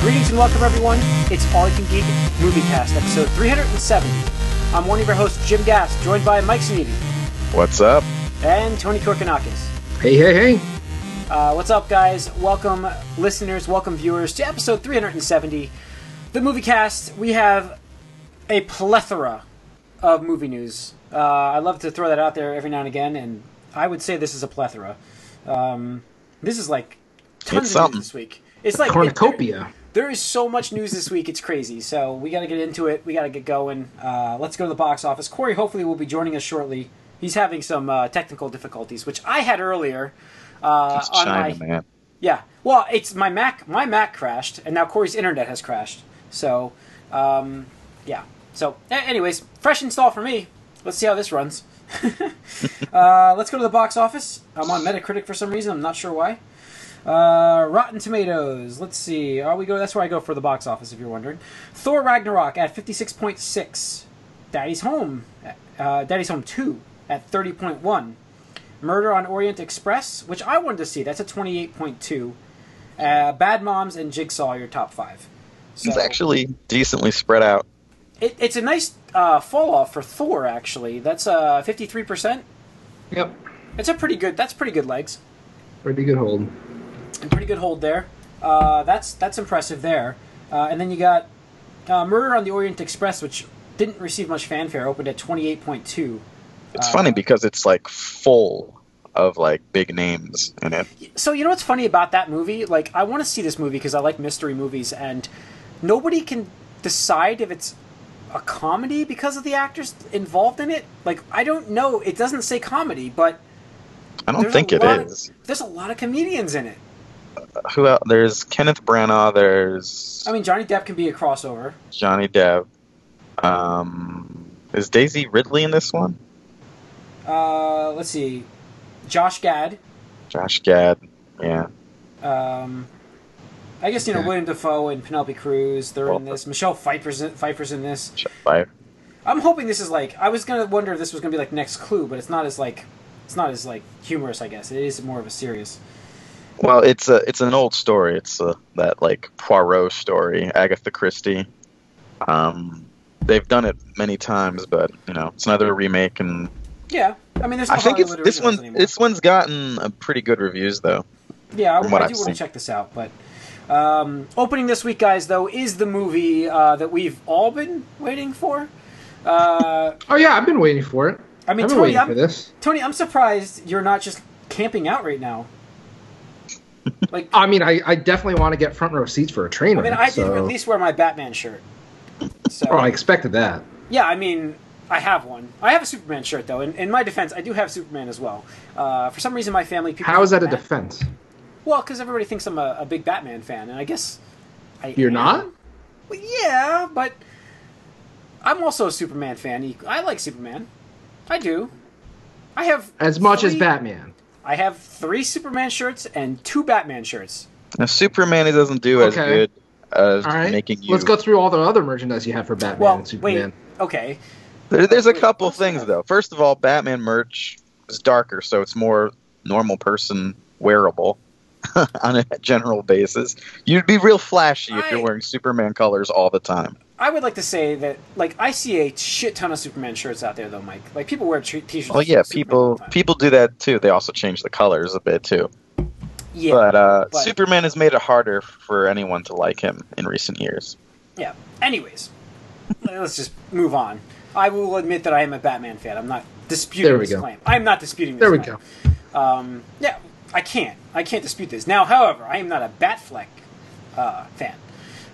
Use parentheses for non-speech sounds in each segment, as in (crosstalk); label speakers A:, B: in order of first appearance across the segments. A: Greetings and welcome, everyone. It's All You Can Geek MovieCast, episode 370. I'm one of your hosts, Jim Gass, joined by Mike Sneedy
B: What's up?
A: and Tony Korkanakis.
C: Hey, hey, hey.
A: Uh, what's up, guys? Welcome, listeners, welcome, viewers, to episode 370. The MovieCast, we have a plethora of movie news. Uh, I love to throw that out there every now and again, and I would say this is a plethora. Um, this is like tons
B: It's
A: of
B: something.
A: news this week. It's like
C: Cornucopia.
A: there is so much news this week it's crazy so we got to get into it we got to get going uh, let's go to the box office corey hopefully will be joining us shortly he's having some uh, technical difficulties which i had earlier uh,
B: It's
A: on
B: China,
A: my
B: man.
A: yeah well it's my mac my mac crashed and now corey's internet has crashed so um, yeah so a- anyways fresh install for me let's see how this runs (laughs) uh, let's go to the box office i'm on metacritic for some reason i'm not sure why uh, Rotten Tomatoes. Let's see. Are we go? That's where I go for the box office, if you're wondering. Thor Ragnarok at fifty six point six. Daddy's Home. Uh, Daddy's Home Two at thirty point one. Murder on Orient Express, which I wanted to see. That's a twenty eight point two. Uh, Bad Moms and Jigsaw, are your top five. So,
B: It's actually decently spread out.
A: it, it's a nice uh, fall off for Thor. Actually, that's uh fifty three percent.
C: Yep.
A: It's a pretty good. That's pretty good legs.
C: Pretty good hold.
A: a pretty good hold there. Uh, that's that's impressive there. Uh, and then you got uh, Murder on the Orient Express, which didn't receive much fanfare, opened at twenty eight point two.
B: It's funny because it's like full of like big names in it.
A: So you know what's funny about that movie? Like I want to see this movie because I like mystery movies, and nobody can decide if it's a comedy because of the actors involved in it. Like I don't know. It doesn't say comedy, but
B: I don't
A: there's
B: think
A: a
B: it
A: lot of-
B: is.
A: there's a lot of comedians in it.
B: Who else? There's Kenneth Branagh. There's
A: I mean, Johnny Depp can be a crossover.
B: Johnny Depp. Um, is Daisy Ridley in this one?
A: Uh, let's see, Josh Gad.
B: Josh Gad. Yeah.
A: Um, I guess you know
C: Yeah.
A: William Defoe and Penelope Cruz. They're in
B: Well,
A: this. Michelle Pfeiffer's in, Pfeiffer's in this.
B: Chuck Fife.
A: I'm hoping this is like. I was gonna wonder if this was gonna be like Next Clue, but it's not as like. It's not as like humorous. I guess it is more of a serious.
B: Well, it's a it's an old story. It's a, that like Poirot story, Agatha Christie. Um, they've done it many times, but you know it's another remake, and
A: Yeah, I mean, there's no
B: I think it's
A: Hollywood
B: this
A: originals
B: one.
A: anymore.
B: This one's gotten uh pretty good reviews though.
A: Yeah, I, I
B: from
A: do
B: what
A: want
B: I've
A: to
B: seen.
A: check this out. But um, opening this week, guys, though, is the movie uh, that we've all been waiting for. Uh,
C: Oh, yeah, I've been waiting for it.
A: I mean,
C: I've been
A: Tony,
C: waiting
A: I'm-
C: for this.
A: Tony, I'm surprised you're not just camping out right now. Like
C: I mean, I, I definitely want to get front row seats for a train
A: I mean,
C: wreck,
A: I
C: so-
A: didn't at least wear my Batman shirt. So
C: Oh, I expected that.
A: yeah, I mean, I have one. I have a Superman shirt though. In, in my defense, I do have Superman as well. Uh, for some reason, my family people
C: How is that a
A: defense?
C: defense?
A: Well, because everybody thinks I'm a, a big Batman fan, and I guess I
C: You're
A: am.
C: not?
A: Well, yeah, but I'm also a Superman fan. I like Superman. I do. I have
C: As much as
A: three-
C: Batman.
A: I have three Superman shirts and two Batman shirts.
B: Now Superman it doesn't do as
C: Okay.
B: good as
C: All right.
B: making you.
C: Let's go through all the other merchandise you have for Batman
A: Well,
C: and Superman.
A: wait. Okay.
B: There- there's a
A: Wait,
B: couple
A: what's
B: things
A: that?
B: though. First of all, Batman merch is darker, so it's more normal person wearable. (laughs) on a general basis, you'd be real flashy if
A: I-
B: you're wearing Superman colors all the time.
A: I would like to say that, like, I see a shit ton of Superman shirts out there, though, Mike. Like, people wear t- t-shirts.
C: Oh,
B: Well, yeah,
A: with Superman all
B: people
A: the time.
B: people do that too. They also change the colors a bit too.
A: yeah,
B: but, uh,
A: but-
B: Superman has made it harder for anyone to like him in recent years.
A: yeah. Anyways, (laughs) let's just move on. I will admit that I am a Batman fan. I'm not disputing
C: There we
A: this
C: go.
A: claim. I'm not disputing this
C: There we
A: claim.
C: go.
A: Um, yeah, I can't. I can't dispute this. Now, however, I am not a Batfleck uh, fan.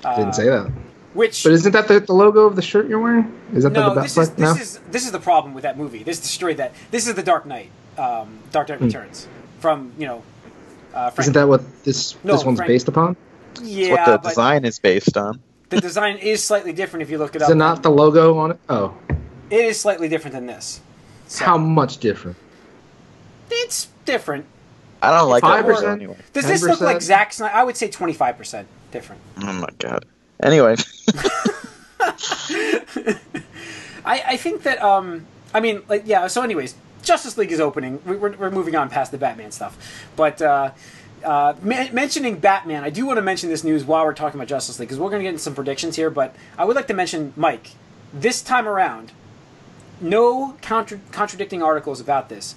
A: Uh,
C: Didn't say that.
A: Which
C: But isn't that the, the logo of the shirt you're wearing? Is that
A: no,
C: the, the
A: this
C: best
A: is
C: one?
A: this is this is the problem with that movie. This destroyed that. This is the Dark Knight, um, Dark Knight Returns from you know. Uh, Frank.
C: Hmm. Isn't that what this
A: No,
C: this one's
A: Frank-
C: based upon?
B: It's
A: yeah?
B: what the
A: but
B: design is based on.
A: the design is slightly different if you look it
C: Is
A: up.
C: it not the logo on it? Oh,
A: It is slightly different than this. So,
C: how much different?
A: It's different.
B: I don't like that
C: 5%?
B: logo anyway.
A: Does this look
C: 10%?
A: like Zack Snyder? I would say twenty five percent different.
B: Oh my god. Anyway, (laughs)
A: I, I think that um I mean like yeah so anyways Justice League is opening we, we're, we're moving on past the Batman stuff but uh, Uh, ma- mentioning Batman, I do want to mention this news while we're talking about Justice League because we're going to get into some predictions here. But I would like to mention Mike. This time around, no contra- contradicting articles about this.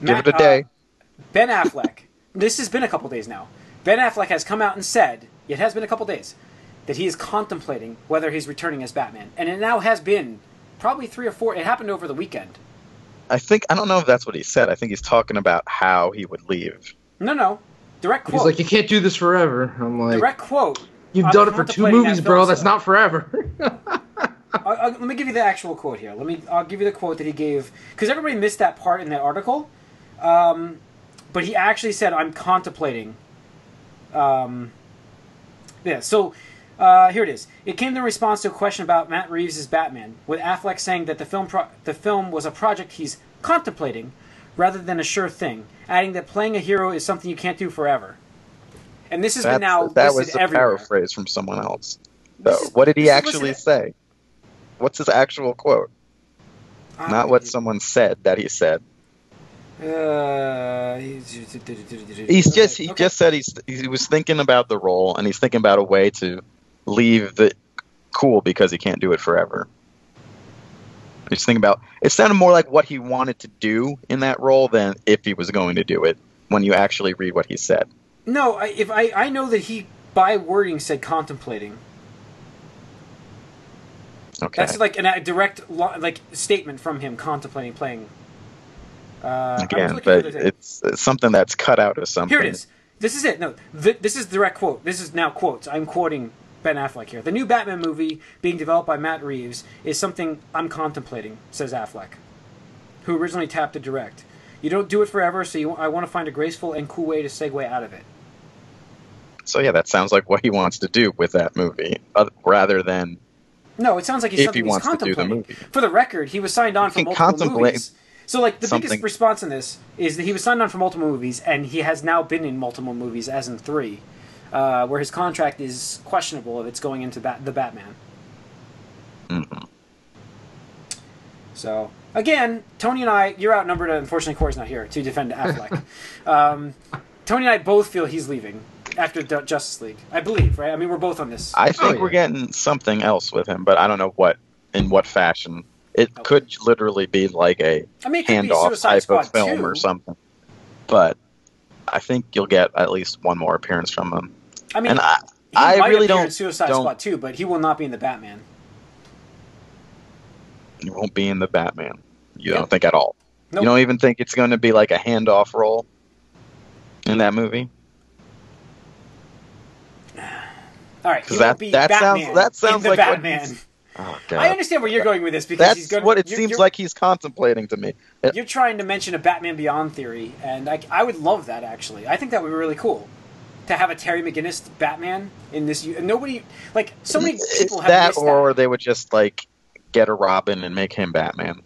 B: Give
A: Matt-
B: it a day.
A: uh, ben Affleck. this has been a couple days now. Ben Affleck has come out and said it has been a couple days that he is contemplating whether he's returning as Batman, and it now has been probably three or four. It happened over the weekend.
B: I think I don't know if that's what he said. I think he's talking about how he would leave.
A: No, no, direct quote.
C: He's like, you can't do this forever. I'm like,
A: direct quote.
C: you've
A: I'm
C: done it for two
A: contemplating that
C: movies,
A: film
C: bro. That's
A: set."
C: not forever. (laughs)
A: I, I, let me give you the actual quote here. Let me. I'll give you the quote that he gave because everybody missed that part in that article. Um, but he actually said, "I'm contemplating." Um, yeah. So uh, here it is. It came in response to a question about Matt Reeves' Batman, with Affleck saying that the film pro- the film was a project he's contemplating rather than a sure thing, adding that playing a hero is something you can't do forever. And this has
B: That's,
A: been now
B: that
A: listed
B: was a
A: everywhere.
B: paraphrase from someone else.
A: This
B: So,
A: is-
B: what did he
A: this is
B: actually
A: listed-
B: say? What's his actual quote?
A: I-
B: Not what someone said that he said.
A: Uh,
B: He's
A: he's
B: just he just said he's he was thinking about the role and he's thinking about a way to leave the cool because he can't do it forever. He's thinking about it sounded more like what he wanted to do in that role than if he was going to do it when you actually read what he said.
A: no. I, if I I know that he by wording said contemplating.
B: Okay.
A: That's like an, a direct lo- like statement from him contemplating playing. Uh, I was
B: Again,
A: looking
B: but
A: for the thing.
B: it's, it's something that's cut out of something.
A: here it is. This is it. No, th- this is direct quote. This is now quotes. I'm quoting Ben Affleck here. The new Batman movie being developed by Matt Reeves is something I'm contemplating, says Affleck, who originally tapped to direct. You don't do it forever, so you, I want to find a graceful and cool way to segue out of it.
B: So yeah, that sounds like what he wants to do with that movie, uh, rather than
A: No, it sounds like he's
B: If he
A: something
B: wants
A: he's
B: to do the
A: contemplating.
B: movie.
A: For the record, he was signed on for
B: can
A: multiple
B: contemplate
A: movies. So, like, the biggest
B: something-
A: response in this is that he was signed on for multiple movies, and he has now been in multiple movies, as in three, uh, where his contract is questionable if it's going into Bat- the Batman.
B: Mhm.
A: So, again, Tony and I, you're outnumbered, and unfortunately, Corey's not here to defend
B: (laughs)
A: Affleck. um, Tony and I both feel he's leaving after D- Justice League. I believe, right? I mean, we're both on this.
B: I think
C: yeah.
B: we're getting something else with him, but I don't know what in what fashion. It
A: Okay.
B: could literally be like a
A: I mean, it could be
B: handoff
A: Suicide
B: type
A: Squad
B: of film
A: 2.
B: or something, but I think you'll get at least one more appearance from him.
A: I mean,
B: and I,
A: He
B: I
A: might
B: really
A: appear
B: don't
A: in Suicide
B: don't-
A: Squad too, but he will not be in the Batman.
B: he won't be in the Batman. You
A: Yep.
B: don't think at all.
A: Nope.
B: You don't even think it's going to be like a handoff role in that movie.
A: All right,
B: 'Cause
A: he will
B: that-
A: be
B: that
A: Batman
B: sounds- that sounds
A: in the
B: like what
A: Batman.
B: he's- Oh,
A: I understand where you're going with this because he's
B: That's
A: going.
B: what it
A: you're,
B: seems
A: you're,
B: like he's contemplating to me. It-
A: You're trying to mention a Batman Beyond theory, and I, I would love that actually. I think that would be really cool to have a Terry McGinnis Batman in this. u- Nobody like so many people
B: it's
A: have
B: that,
A: missed
B: or they would just like get a Robin and make him Batman.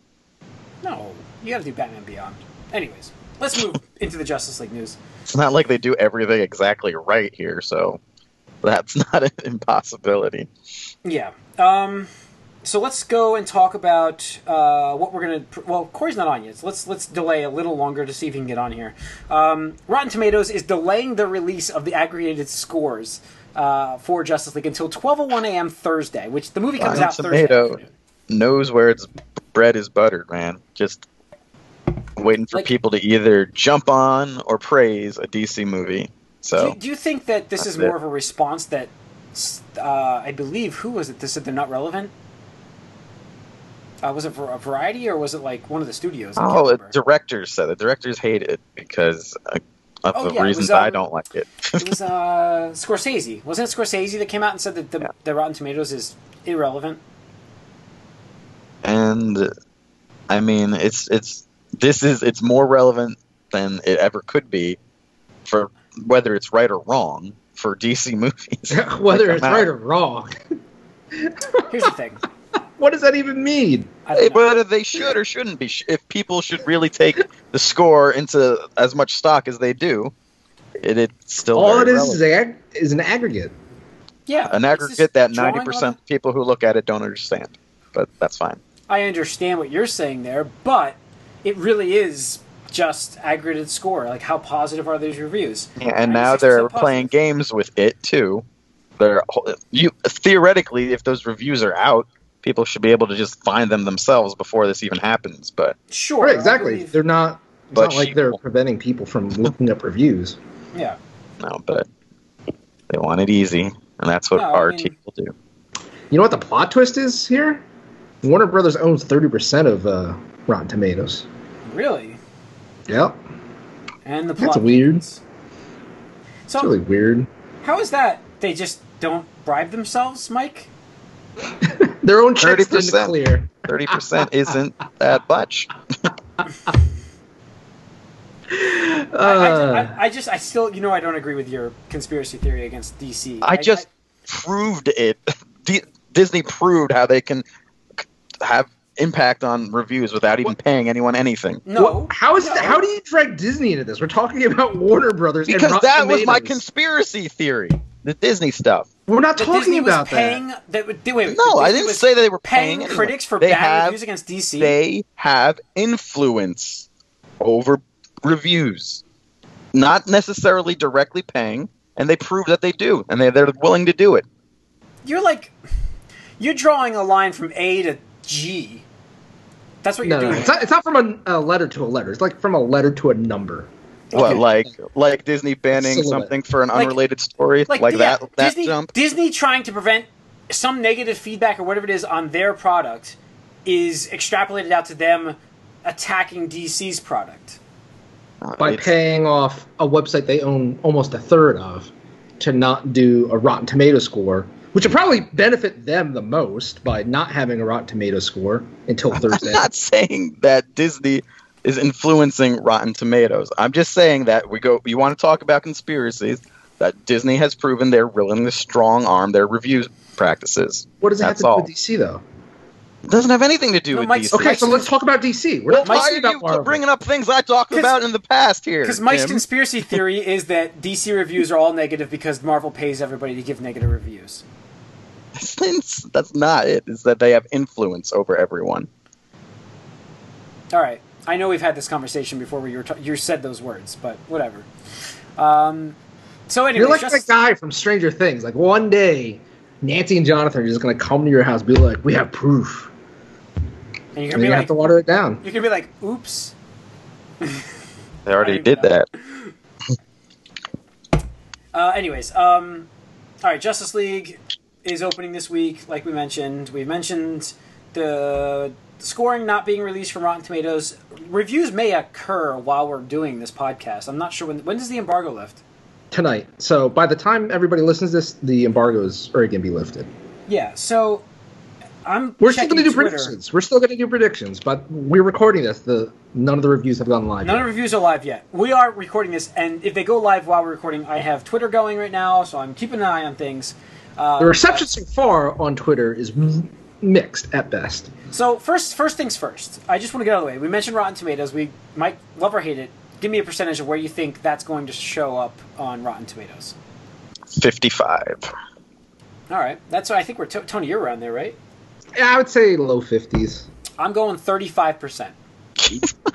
A: that. No, you got to do Batman Beyond. Anyways, let's move into the Justice League news.
B: It's not like they do everything exactly right here, so that's (laughs) not an impossibility.
A: Yeah. Um, so let's go and talk about uh, what we're gonna. pr- Well, Corey's not on yet, so let's let's delay a little longer to see if he can get on here. Um, Rotten Tomatoes is delaying the release of the aggregated scores uh, for Justice League until 12:01 a.m. Thursday, which the movie comes
B: Rotten
A: out
B: Tomato.
A: Thursday. afternoon.
B: Knows where its bread is buttered, man. Just waiting for
A: Like-
B: people to either jump on or praise a DC movie.
A: Do
B: So
A: you, do you think that this is
B: That's
A: more
B: it.
A: of a response that s- uh, I believe who was it that said they're not relevant? Uh, was it for a variety or was it like one of the studios? I can't
B: Oh, the
A: remember. director
B: directors said it. Directors hate it because uh, of
A: Oh,
B: the
A: yeah, it was,
B: reasons I
A: um,
B: don't like it. (laughs)
A: it was uh, Scorsese. Wasn't it Scorsese that came out and said that the,
B: Yeah.
A: the Rotten Tomatoes is
C: (laughs)
A: irrelevant?
B: and I mean, it's it's this is it's more relevant than it ever could be for whether it's right or wrong for DC (laughs) movies.
C: (laughs) Whether
B: I'm
C: it's
B: out.
C: right or wrong.
A: Here's the thing.
C: What does that even mean?
A: I don't know.
B: whether they should or shouldn't be, if people should really take the score into as much stock as they do, it, it's still
C: All it
B: very relevant.
C: is is, ag- is an aggregate.
A: Yeah,
B: an
A: it's just
B: aggregate that
A: drawing
B: ninety
A: on
B: percent
A: it.
B: of people who look at it don't understand. But that's fine.
A: I understand what you're saying there, but it really is just aggregated score. Like, how positive are these reviews?
B: Yeah, and now they're
A: 96% positive.
B: playing games with it too. They're you theoretically, if those reviews are out, people should be able to just find them themselves before this even happens. But
A: Sure,
C: Right,
A: I
C: exactly.
A: believe-
C: They're not. It's
B: But
C: not like they're
B: she-
C: preventing people from looking up reviews.
A: yeah.
B: no, but they want it easy, and that's what
A: No, I
B: RT
A: mean-
B: will do.
C: You know what the plot twist is here? Warner Brothers owns thirty percent of uh, Rotten Tomatoes.
A: Really?
C: Yep,
A: And the plot.
C: That's weird.
A: thickens. So
C: it's really weird.
A: how is that? They just don't bribe themselves, Mike.
C: Their own checks didn't
B: 30%.
C: clear.
B: Thirty percent isn't that much.
A: I- I,
C: Uh,
A: I, I just, I still, you know, I don't agree with your conspiracy theory against DC.
B: I just proved it. (laughs) D- Disney proved how they can c- have impact on reviews without even paying anyone anything.
A: I- no.
C: what- how is
A: no.
C: how do you drag Disney into this? We're talking about Warner Brothers and
B: Because
C: Rotten
B: that was my
C: Tomatoes.
B: conspiracy theory, the Disney stuff.
C: We're not
A: that
C: talking
A: Disney was
C: about
A: paying,
C: that.
A: that. would- wait, wait, that
B: No, I
A: Disney
B: didn't
A: was
B: say that they were
A: paying
B: paying anyone.
A: critics for
B: They
A: bad
B: have-
A: reviews against DC.
B: They have influence over reviews, not necessarily directly paying, and they prove that they do, and they, they're willing to do it.
A: You're like, you're drawing a line from A to G. That's what you're
C: No, no,
A: doing.
C: it's not, it's not from a, a letter to a letter. It's like from a letter to a number.
B: What, like like Disney banning
C: Silhouette.
B: something for an
A: Like-
B: unrelated story, like,
A: yeah,
B: that that
A: Disney,
B: jump.
A: Disney trying to prevent some negative feedback or whatever it is on their product is extrapolated out to them attacking DC's product.
C: by
B: It's-
C: paying off a website they own almost a third of to not do a Rotten Tomato score, which would probably benefit them the most by not having a Rotten Tomato score until Thursday.
B: I'm (laughs) not saying that Disney is influencing Rotten Tomatoes. I'm just saying that we go. You want to talk about conspiracies? That Disney has proven they're willing to strong arm their review practices.
C: what does it have
B: That's
C: to do
B: all.
C: with DC though?
B: It doesn't have anything to do
A: No,
B: with
A: Mike's-
B: DC.
C: Okay, so let's talk about DC. We're
A: Mike's-
C: not
B: Why
C: talking
B: are
C: about
B: you
C: Marvel.
B: bringing up things I talked about in the past here?
A: Because Mike's
B: (laughs) Jim?
A: conspiracy theory is that DC reviews are all negative because Marvel pays everybody to give negative reviews.
B: That's- that's not it. Is that they have influence over everyone?
A: All right, I know we've had this conversation before where you were ta- you said those words, but whatever. Um, so anyway,
C: You're like
A: just-
C: that guy from Stranger Things. Like one day, Nancy and Jonathan are just gonna come to your house, and be like, "We have proof,"
A: and you're
C: and
A: gonna
C: you
A: be
C: have
A: like,
C: to water it down.
A: you're gonna be like, oops.
B: They already
A: even
B: did
A: know.
B: that.
A: Uh, anyways, um, all right. Justice League is opening this week, like we mentioned. We mentioned the scoring not being released from Rotten Tomatoes. Reviews may occur while we're doing this podcast. I'm not sure when. When does the embargo lift?
C: tonight. So by the time everybody listens to this, the embargo is already going to be lifted.
A: Yeah. So I'm.
C: We're still
A: checking
C: going to do
A: Twitter.
C: predictions. We're still going to do predictions, but we're recording this. The none of the reviews have gone live.
A: None
C: yet.
A: of the reviews are live yet. We are recording this, and if they go live while we're recording, I have Twitter going right now, so I'm keeping an eye on things. Uh,
C: The reception so far on Twitter is m- mixed at best.
A: So first, first things first. I just want to get out of the way. We mentioned Rotten Tomatoes. We might love or hate it. Give me a percentage of where you think that's going to show up on Rotten Tomatoes.
B: Fifty-five.
A: All right, that's what I think we're to- Tony. You're around there, right?
C: Yeah, I would say low fifties.
A: I'm going 35 percent.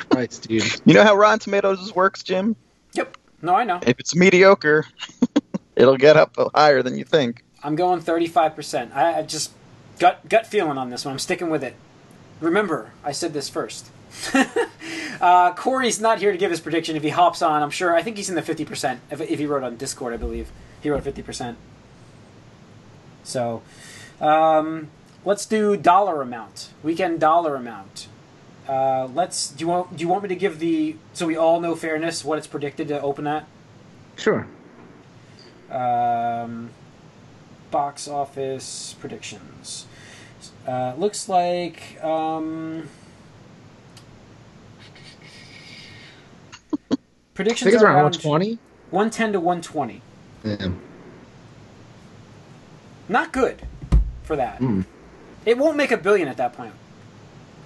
C: Christ, dude.
B: You know how Rotten Tomatoes works, Jim?
A: Yep. No, I know.
B: If it's mediocre, (laughs) it'll get up higher than you think.
A: I'm going 35 percent. I, I just gut gut feeling on this one. I'm sticking with it. Remember, I said this first. (laughs) uh, Corey's not here to give his prediction. If he hops on, I'm sure. I think he's in the 50 percent. If, if he wrote on Discord, I believe he wrote 50 percent. So, um, let's do dollar amount. Weekend dollar amount. Uh, let's. Do you want? Do you want me to give the so we all know fairness what it's predicted to open at?
C: Sure.
A: um, box office predictions. Uh, looks like um,
C: I
A: predictions
C: think it's
A: are
C: around
A: around
C: twenty.
A: 110 to 120.
C: Yeah.
A: Not good for that.
C: Mm.
A: It won't make a billion at that point.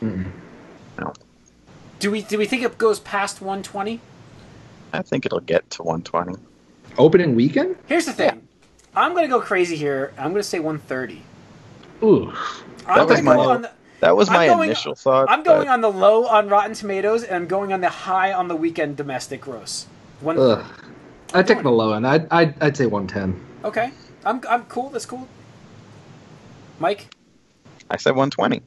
C: Mm.
B: No.
A: Do we do we think it goes past 120?
B: I think it'll get to 120.
C: Opening weekend?
A: Here's the thing. I'm going to go crazy here. I'm going to say 130.
C: Ooh.
A: I'm
B: was
A: gonna
B: my-
A: go on the-
B: That was
A: I'm
B: my
A: going-
B: initial thought.
A: I'm going
B: but-
A: on the low on Rotten Tomatoes, and I'm going on the high on the weekend domestic gross. One
C: Ugh. I take the low end. I'd, I'd, I'd say 110.
A: okay, I'm I'm cool. That's cool. Mike, Oh,
B: I said 120.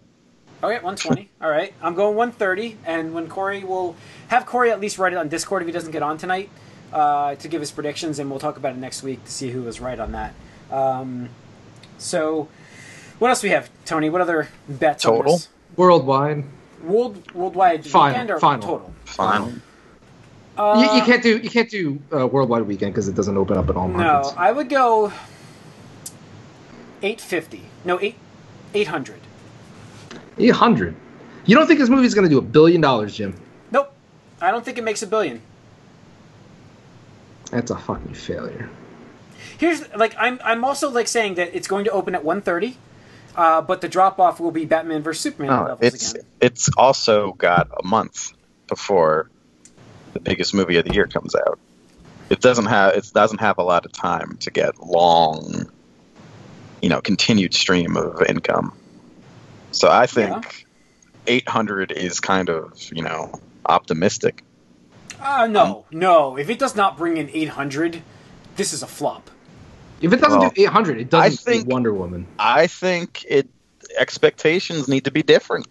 A: all right,
B: (laughs)
A: 120. all right, I'm going 130, and when Corey will have Corey at least write it on Discord if he doesn't get on tonight uh, to give his predictions, and we'll talk about it next week to see who was right on that. Um, so, what else do we have, Tony? What other bets? on
B: Total?
A: this?
C: Worldwide.
A: world worldwide
C: Final,
A: weekend or
C: final.
A: total?
B: Final.
A: Uh,
C: you, you can't do you can't do uh, worldwide weekend because it doesn't open up in all
A: No,
C: markets.
A: I would go 850. No, 8 800.
C: Eight hundred. You don't think this movie's going to do a billion dollars, Jim?
A: Nope. I don't think it makes a billion.
C: That's a fucking failure.
A: Here's like I'm I'm also like saying that it's going to open at 130. Uh, but the drop off will be Batman versus Superman
B: No,
A: levels
B: Oh, it's
A: again.
B: it's also got a month before the biggest movie of the year comes out. It doesn't have it doesn't have a lot of time to get long, you know, continued stream of income. So I think 800 is kind of you know optimistic.
A: Uh,
B: um,
A: no, no. If it does not bring in 800, this is a flop.
C: If it doesn't
B: Well,
C: do eight hundred, it doesn't
B: I think-
C: do Wonder Woman.
B: I think it expectations need to be different,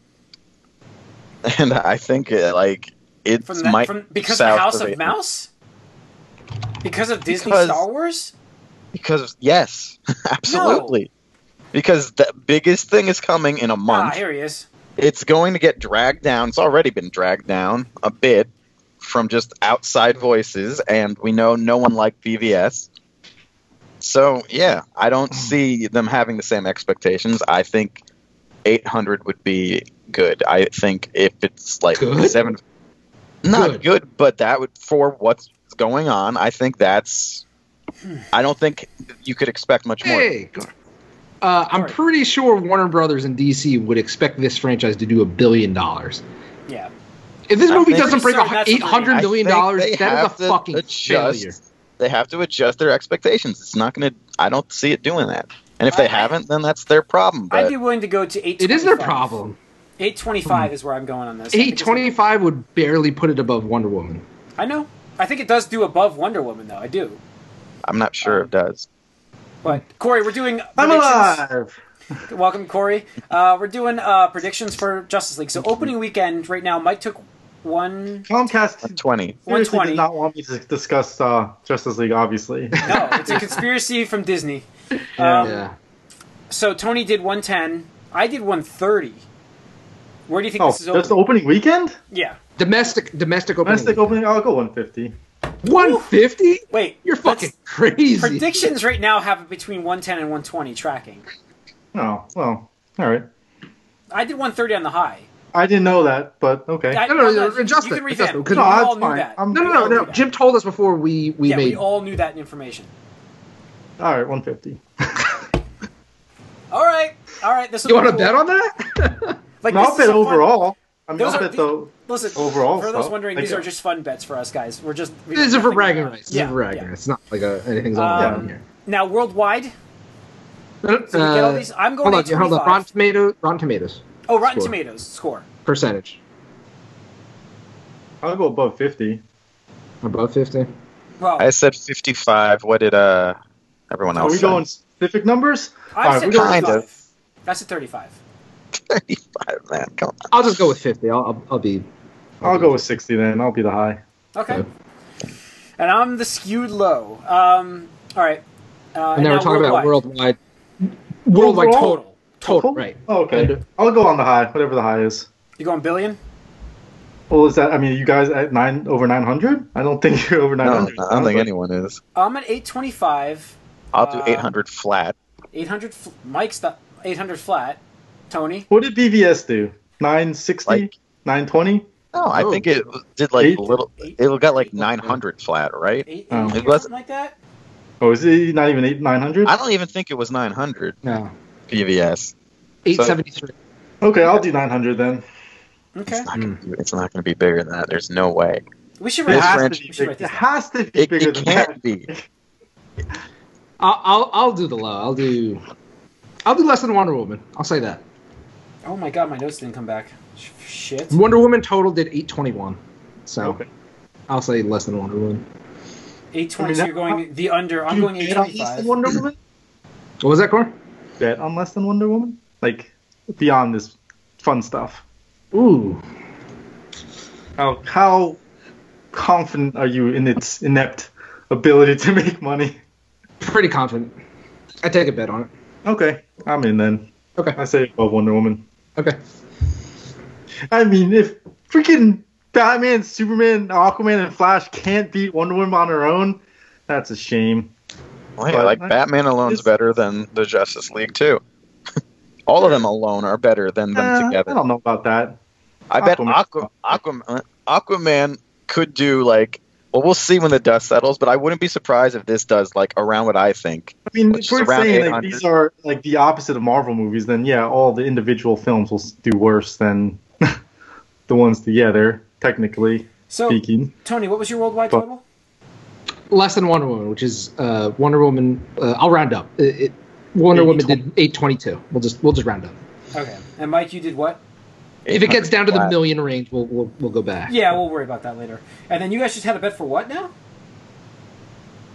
B: (laughs) and I think it, like it
A: From that,
B: might
A: from because of
B: south
A: House of
B: 800.
A: Mouse, because of Disney
B: Because-
A: Star Wars.
B: Because yes, (laughs) absolutely. Because the biggest thing is coming in a
A: Ah,
B: month.
A: here he is.
B: it's going to get dragged down. It's already been dragged down a bit from just outside voices, and we know no one liked BVS. So yeah, I don't see them having the same expectations. I think 800 would be good. I think if it's like
C: Good?
B: seven, not
C: Good.
B: good. but that would for what's going on. I think that's. I don't think you could expect much more.
C: Hey, uh, I'm
A: Sorry.
C: pretty sure Warner Brothers and DC would expect this franchise to do a billion dollars.
A: Yeah.
C: If this
B: I'm
C: movie
B: pretty
C: doesn't break
A: sure that's
C: eight
B: I
C: hundred million
B: think
C: dollars,
B: they
C: that
B: have
C: is
B: to
C: a fucking
B: adjust-
C: failure.
B: They have to adjust their expectations. It's not going to. I don't see it doing that. And if
A: I-
B: they
A: I-
B: haven't, then that's their problem. But
A: I'd be willing to go to 825.
C: It is their problem.
A: 825 is where I'm going on this. I think
C: Eight
A: it's-
C: twenty-five would barely put it above Wonder Woman.
A: I know. I think it does do above Wonder Woman, though. I do.
B: I'm not sure it does.
A: But
C: Hmm.
A: Corey, we're doing. predictions. Welcome, Corey. Uh, we're doing uh, predictions for Justice League. So opening weekend right now, Mike took one. Uh,
D: Comcast
B: Twenty.
D: seriously
A: 120.
D: did not want me to discuss uh, Justice
A: (laughs)
D: League, obviously.
A: No, it's a conspiracy (laughs) from Disney.
D: Yeah.
A: Um,
C: Yeah.
A: So Tony did 110. I did 130. Where do you think
D: oh,
A: this is opening?
D: just opening weekend?
A: yeah.
C: Domestic domestic opening.
D: Domestic opening, I'll go 150.
C: One fifty?
A: Wait.
C: You're
A: that's- (laughs)
C: fucking crazy.
A: Predictions right now have it between 110 and 120 tracking.
D: Oh, well, all right.
A: I did 130 on the high.
D: I didn't know that, but okay.
A: I,
C: No, no, no, adjust
A: you
C: it,
A: can
C: adjust
A: revamp.
C: it,
A: We
C: because-
D: no,
A: all
D: that's
A: knew
D: fine.
A: that.
D: I'm,
C: No, no, no, no. Jim told us before we we
A: yeah,
C: made.
A: we all knew that information.
D: All right, 150.
A: All right, all right. This will
C: you
A: be
C: want to
A: cool.
C: bet
A: (laughs)
C: on that?
A: Like,
D: No,
A: this
D: I'll
A: is
D: bet
A: a fun-
D: overall. I mean,
A: Those
D: I'll
A: are
D: bet
A: the-
D: though.
A: Listen,
D: Overall
A: for those
D: stuff.
A: wondering,
D: Like,
A: these
D: yeah.
A: are just fun bets for us guys. We're just we
C: These
A: got
C: are for
A: nothing
C: bragging
A: going on.
C: rights. These are for bragging
A: yeah.
C: rights. It's not like a, anything's
A: Um,
C: all around here.
A: Now worldwide, so
C: No,
A: we get all
C: uh,
A: these. I'm going
C: Hold on, yeah, hold on.
A: 825.
C: Rotten Tomato, Rotten Tomatoes
A: oh, Rotten
C: score.
A: Tomatoes score.
C: percentage
D: I'll go above 50.
C: above fifty.
A: Well,
B: I said fifty-five. What did uh everyone
D: Are
B: else?
D: we
B: say?
D: going specific numbers?
A: I
D: Alright,
A: said
D: we go-
B: kind
A: 35.
B: of.
A: That's a 35.
B: thirty-five? Man, come on.
C: I'll just go with fifty. I'll I'll, I'll be.
D: I'll go with 60 then. I'll be the high.
A: Okay.
C: Okay.
A: And I'm the skewed low. Um, all right. Uh,
C: And then we're
A: now
C: talking about worldwide. Worldwide
D: Overall?
C: total. Total. Right.
D: Oh, okay.
C: And-
D: I'll go on the high, whatever the high is.
A: You going billion?
D: Well, is that? I mean, you guys at nine over 900? I don't think (laughs) you're over
B: No,
D: 900.
B: I don't think anyone is.
A: I'm at 825.
B: I'll do
A: Uh,
B: eight hundred flat.
A: 800. Fl- Mike's the 800 flat. Tony.
D: What did BVS do? 960?
B: Like-
D: 920?
B: No, I
C: Oh.
B: think it did like
D: Eight-
B: a little.
A: eight-
B: It got like
A: eight-
B: nine hundred flat, right?
A: Eight,
D: Oh.
A: eight,
B: It
A: something
B: wasn't-
A: like that.
D: Oh, is it not even eight 900?
B: I don't even think it was nine hundred.
C: No.
B: PVS.
C: Eight seventy three.
D: Okay, I'll do 900 then.
A: Okay.
B: It's not gonna be- It's not going to be bigger than that. There's no way.
A: We should
B: This
A: write
D: it, has
B: franchise-
D: to be
A: we should
D: big-
A: write
D: it
A: this down.
D: has to be
B: It,
D: bigger
B: it
D: than
B: can't
D: that.
B: be.
C: I'll, I'll I'll do the low. I'll do. I'll do less than Wonder Woman. I'll say that.
A: Oh my god, my notes didn't come back. Sh- Shit.
C: Wonder Woman total did 821. So
D: Okay.
C: I'll say less than Wonder Woman.
A: Eight twenty. So
D: that-
A: you're going the under. I'm
D: You
A: going eight
D: bet on
A: twenty five.
D: Eastern Wonder (laughs) Woman?
C: What was that, Core?
D: Bet on less than Wonder Woman? Like, beyond this fun stuff.
C: Ooh.
D: How, how confident are you in its inept ability to (laughs) make money?
C: Pretty confident. I take a bet on it.
D: Okay, I'm in then.
C: Okay.
D: I say above Wonder Woman.
C: Okay.
D: I mean, if freaking Batman, Superman, Aquaman, and Flash can't beat Wonder Woman on their own, that's a shame.
B: Well, yeah, like
D: But-
B: Batman alone's
D: It's-
B: better than the Justice League too. (laughs) All of them alone are better than them
D: Eh, I
B: together.
D: don't know about that.
B: I bet
D: Aquaman.
B: Aqua, Aquaman, Aquaman could do like. Well, we'll see when the dust settles, but I wouldn't be surprised if this does like around what I think.
D: I mean,
B: Which
D: if we're
B: is around
D: saying like
B: 800.
D: these are like the opposite of Marvel movies, then yeah, all the individual films will s- do worse than (laughs) the ones together, technically
A: So
D: speaking.
A: Tony, what was your worldwide
D: But-
A: total?
C: Less than Wonder Woman, which is uh, Wonder Woman. Uh, I'll round up. It, it, Wonder Woman did 822. We'll just we'll just round up.
A: Okay. And Mike, you did what?
C: If it gets down to the
B: flat.
C: million range, we'll we'll, we'll go back.
A: Yeah, we'll worry about that later. And then you guys just had a bet for what now?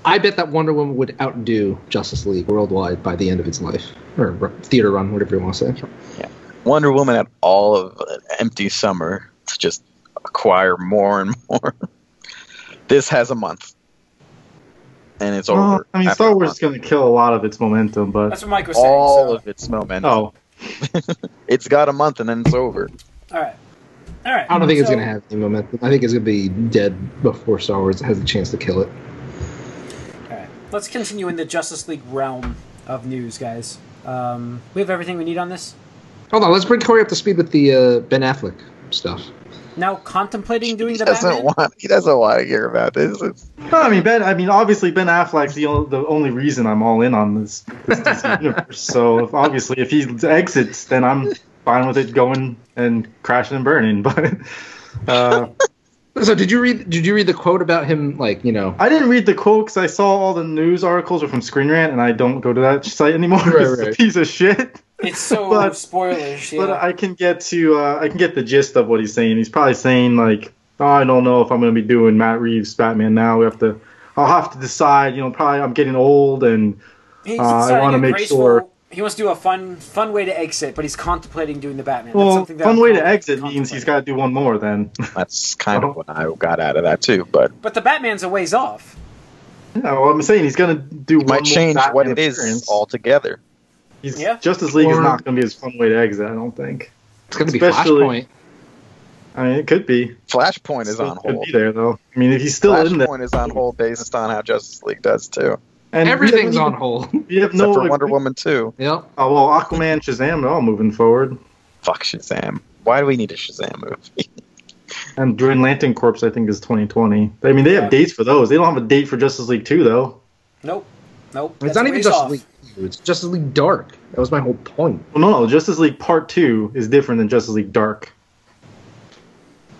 C: I bet that Wonder Woman would outdo Justice League worldwide by the end of its life or r- theater run, whatever you want to say.
B: Wonder Woman had all of an empty summer to just acquire more and (laughs) more. this has a month, and it's
D: Well,
B: over.
D: Uh, I mean,
B: after
D: Star
B: a
D: Wars is
B: month.
D: going to kill a lot of its momentum, but
A: That's what Mike was saying.
B: all
A: so-
B: of its momentum.
D: oh,
B: It's got a month, and then it's over.
A: All right. All right.
C: I don't think it's
A: So-
C: going to have any momentum. I think it's going to be dead before Star Wars has a chance to kill it.
A: All right. Let's continue in the Justice League realm of news, guys. Um, we have everything we need on this.
C: Hold on, let's bring Corey up to speed with the uh, Ben Affleck stuff.
A: Now contemplating doing
B: He
A: the
B: doesn't
A: Batman.
B: want. He doesn't want to hear about this. It's-
D: No, I mean Ben. I mean, obviously Ben Affleck's the only, the only reason I'm all in on this,
C: (laughs)
D: this DC universe. So if, obviously, if he exits, then I'm fine with it going and crashing and burning. (laughs) But uh,
C: So did you read? Did you read the quote about him? Like you know,
D: I didn't read the quote because I saw all the news articles are from Screen Rant, and I don't go to that site anymore. (laughs)
C: Right,
D: it's a
C: right.
D: piece of shit.
A: It's
B: (laughs)
A: so
D: But-
A: spoilers. Yeah.
D: But I can get to uh, I can get the gist of what he's saying. He's probably saying like, oh, I don't know if I'm going to be doing Matt Reeves Batman now. We have to. I'll have to decide. You know, probably I'm getting old and.
A: He's
D: Uh, I
A: deciding
D: wanna
A: a
D: make
A: graceful-
D: sure-
A: He wants to do a fun, fun way to exit, but he's contemplating doing the Batman. That's
D: Well,
A: something that
D: one
A: I'm
D: way to
A: contem-
D: exit means he's
A: contemplating.
D: got to do one more then. (laughs)
B: That's kind of what I got out of that too. But
A: But the Batman's a ways off.
D: yeah, well, I'm saying he's going to do
B: it
D: one
B: might
D: more
B: change what
D: Batman
B: it is
D: appearance.
B: altogether.
D: He's-
A: Yeah.
D: Justice League is
C: Or-
D: not going to be his fun way to exit, I don't think.
C: it's going to be
D: especially-
C: Flashpoint.
D: I mean, it could be.
B: Flashpoint is
D: Still
B: on
D: could
B: hold.
D: be there, though. I mean, if he's still in there.
B: Flashpoint is on hold based on how Justice League does too,
D: And
C: Everything's
D: we
C: on
D: haven't
C: hold. (laughs)
D: even- We have
B: except
D: no.
B: for Wonder
D: agree-
B: Woman too.
C: yep.
D: Oh, well, Aquaman, Shazam, they're all moving forward.
B: Fuck Shazam. Why do we need a Shazam movie?
D: And Green Lantern Corps, I think, is 2020. I mean, they
A: Yeah.
D: have dates for those. They don't have a date for Justice League 2, though.
A: Nope. Nope.
C: It's
A: That's
C: not even
A: ways
C: Justice
A: off.
C: League. It's Justice League Dark. That was my whole point.
D: Well, no, no, Justice League Part 2 is different than Justice League Dark.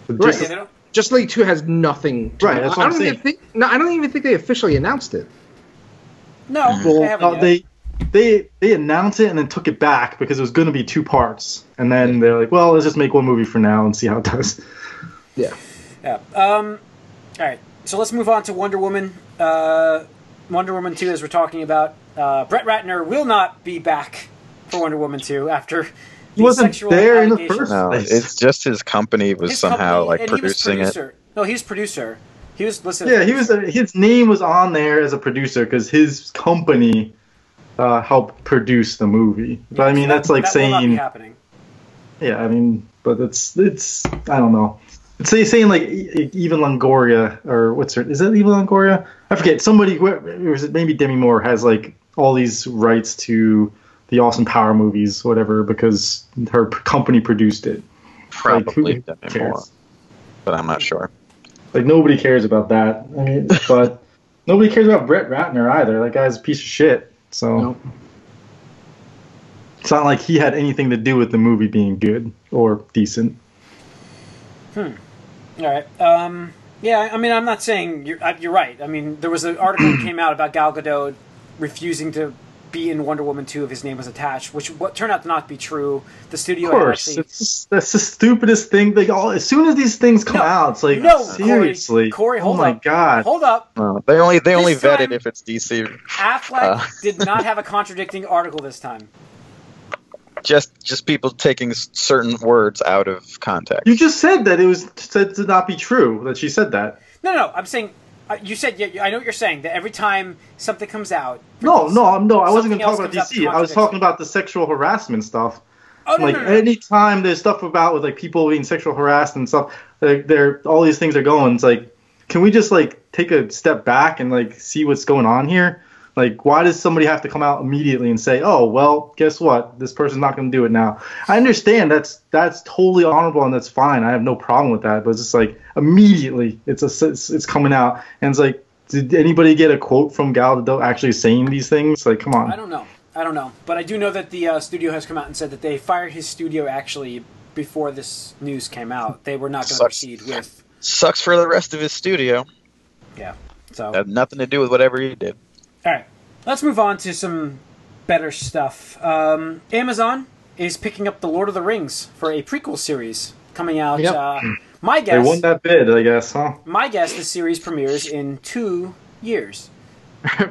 D: The
C: Right.
A: Yeah,
D: Justice-
A: they don't-
C: Justice League Two has nothing. To
D: Right, that's
C: I
D: what
C: don't
D: I'm
C: even
D: saying.
C: think. No, I don't even think they officially announced it.
A: No,
C: Mm-hmm.
A: they
D: Well,
A: haven't
D: no,
A: yet.
D: they they they announced it and then took it back because it was going to be two parts, and then they're like, "Well, let's just make one movie for now and see how
A: (laughs)
D: it does."
C: Yeah.
A: Yeah. Um, all right. So let's move on to Wonder Woman. Uh, Wonder Woman 2, as we're talking about. Uh, Brett Ratner will not be back for Wonder Woman 2 after.
D: He wasn't there in the
B: (laughs)
D: first-
B: No,
D: Nice.
B: it's just his company was somehow like producing it.
A: it. No, he was producer. He was, listen.
D: Yeah, he was uh, his name was on there as a producer because his company uh, helped produce the movie. But I mean, that's like
A: that Will not be
D: saying,
A: happening.
D: yeah, I mean, but it's it's I don't know. It's like saying like e- even Longoria or what's her is that even Longoria? I forget. Somebody wh- or is it maybe Demi Moore has like all these rights to the Austin Power movies, whatever, because her p- company produced it. Like, who
B: Probably done it
D: cares?
B: more, but I'm not sure.
D: Like nobody cares about that. I mean, (laughs) but nobody cares about Brett Ratner either. That guy's a piece of shit. So
C: No. (laughs)
D: it's not like he had anything to do with the movie being good or decent.
A: All right. Um, yeah, I mean, I'm (clears throat) not saying you're, I- you're right. I mean, there was an article that came out about Gal Gadot refusing to be in Wonder Woman 2 if his name was attached, which what turned out to not be true. The studio
D: Of
A: had
D: course,
A: actually.
D: it's just- that's the stupidest thing. Like, all, as soon as these things come
A: No,
D: out, it's like
A: no, Corey.
D: seriously.
A: Corey, hold
D: oh my
A: up.
D: god!
A: Hold up.
B: Uh, they only they only
A: This time-
B: vetted if it's DC.
A: Affleck
B: Uh.
A: did not have a contradicting article this time.
B: Just just people taking s- certain words out of context.
D: You just said that it was said to not be true that she said that.
A: No, no, I'm saying. Uh, you said. Yeah, I know what you're saying, that every time something comes out.
D: No, no, I'm- no. I wasn't
A: Something
D: going to talk
A: else
D: about
A: comes up
D: DC. I was
A: contradicts
D: talking about the sexual harassment stuff.
A: Oh, no,
D: like
A: no, no, no.
D: any time there's stuff about with like people being sexual harassed and stuff, like they're all these things are going. It's like, can we just like take a step back and like see what's going on here? Like, why does somebody have to come out immediately and say, "Oh, well, guess what? This person's not going to do it now." I understand that's that's totally honorable and that's fine. I have no problem with that. But it's just like immediately, it's a it's, it's coming out, and it's like, did anybody get a quote from Gal Gadot actually saying these things? Like, come on.
A: I don't know. I don't know. But I do know that the uh, studio has come out and said that they fired his studio actually before this news came out. They were not going to
B: Sucks.
A: proceed with.
B: Sucks for the rest of his studio.
A: Yeah. So.
B: Had nothing to do with whatever he did.
A: All right, let's move on to some better stuff. Um, Amazon is picking up the Lord of the Rings for a prequel series coming out.
C: Yep.
A: Uh, my
D: They won
A: guess,
D: that bid, I guess, huh?
A: my guess, the series premieres in two years.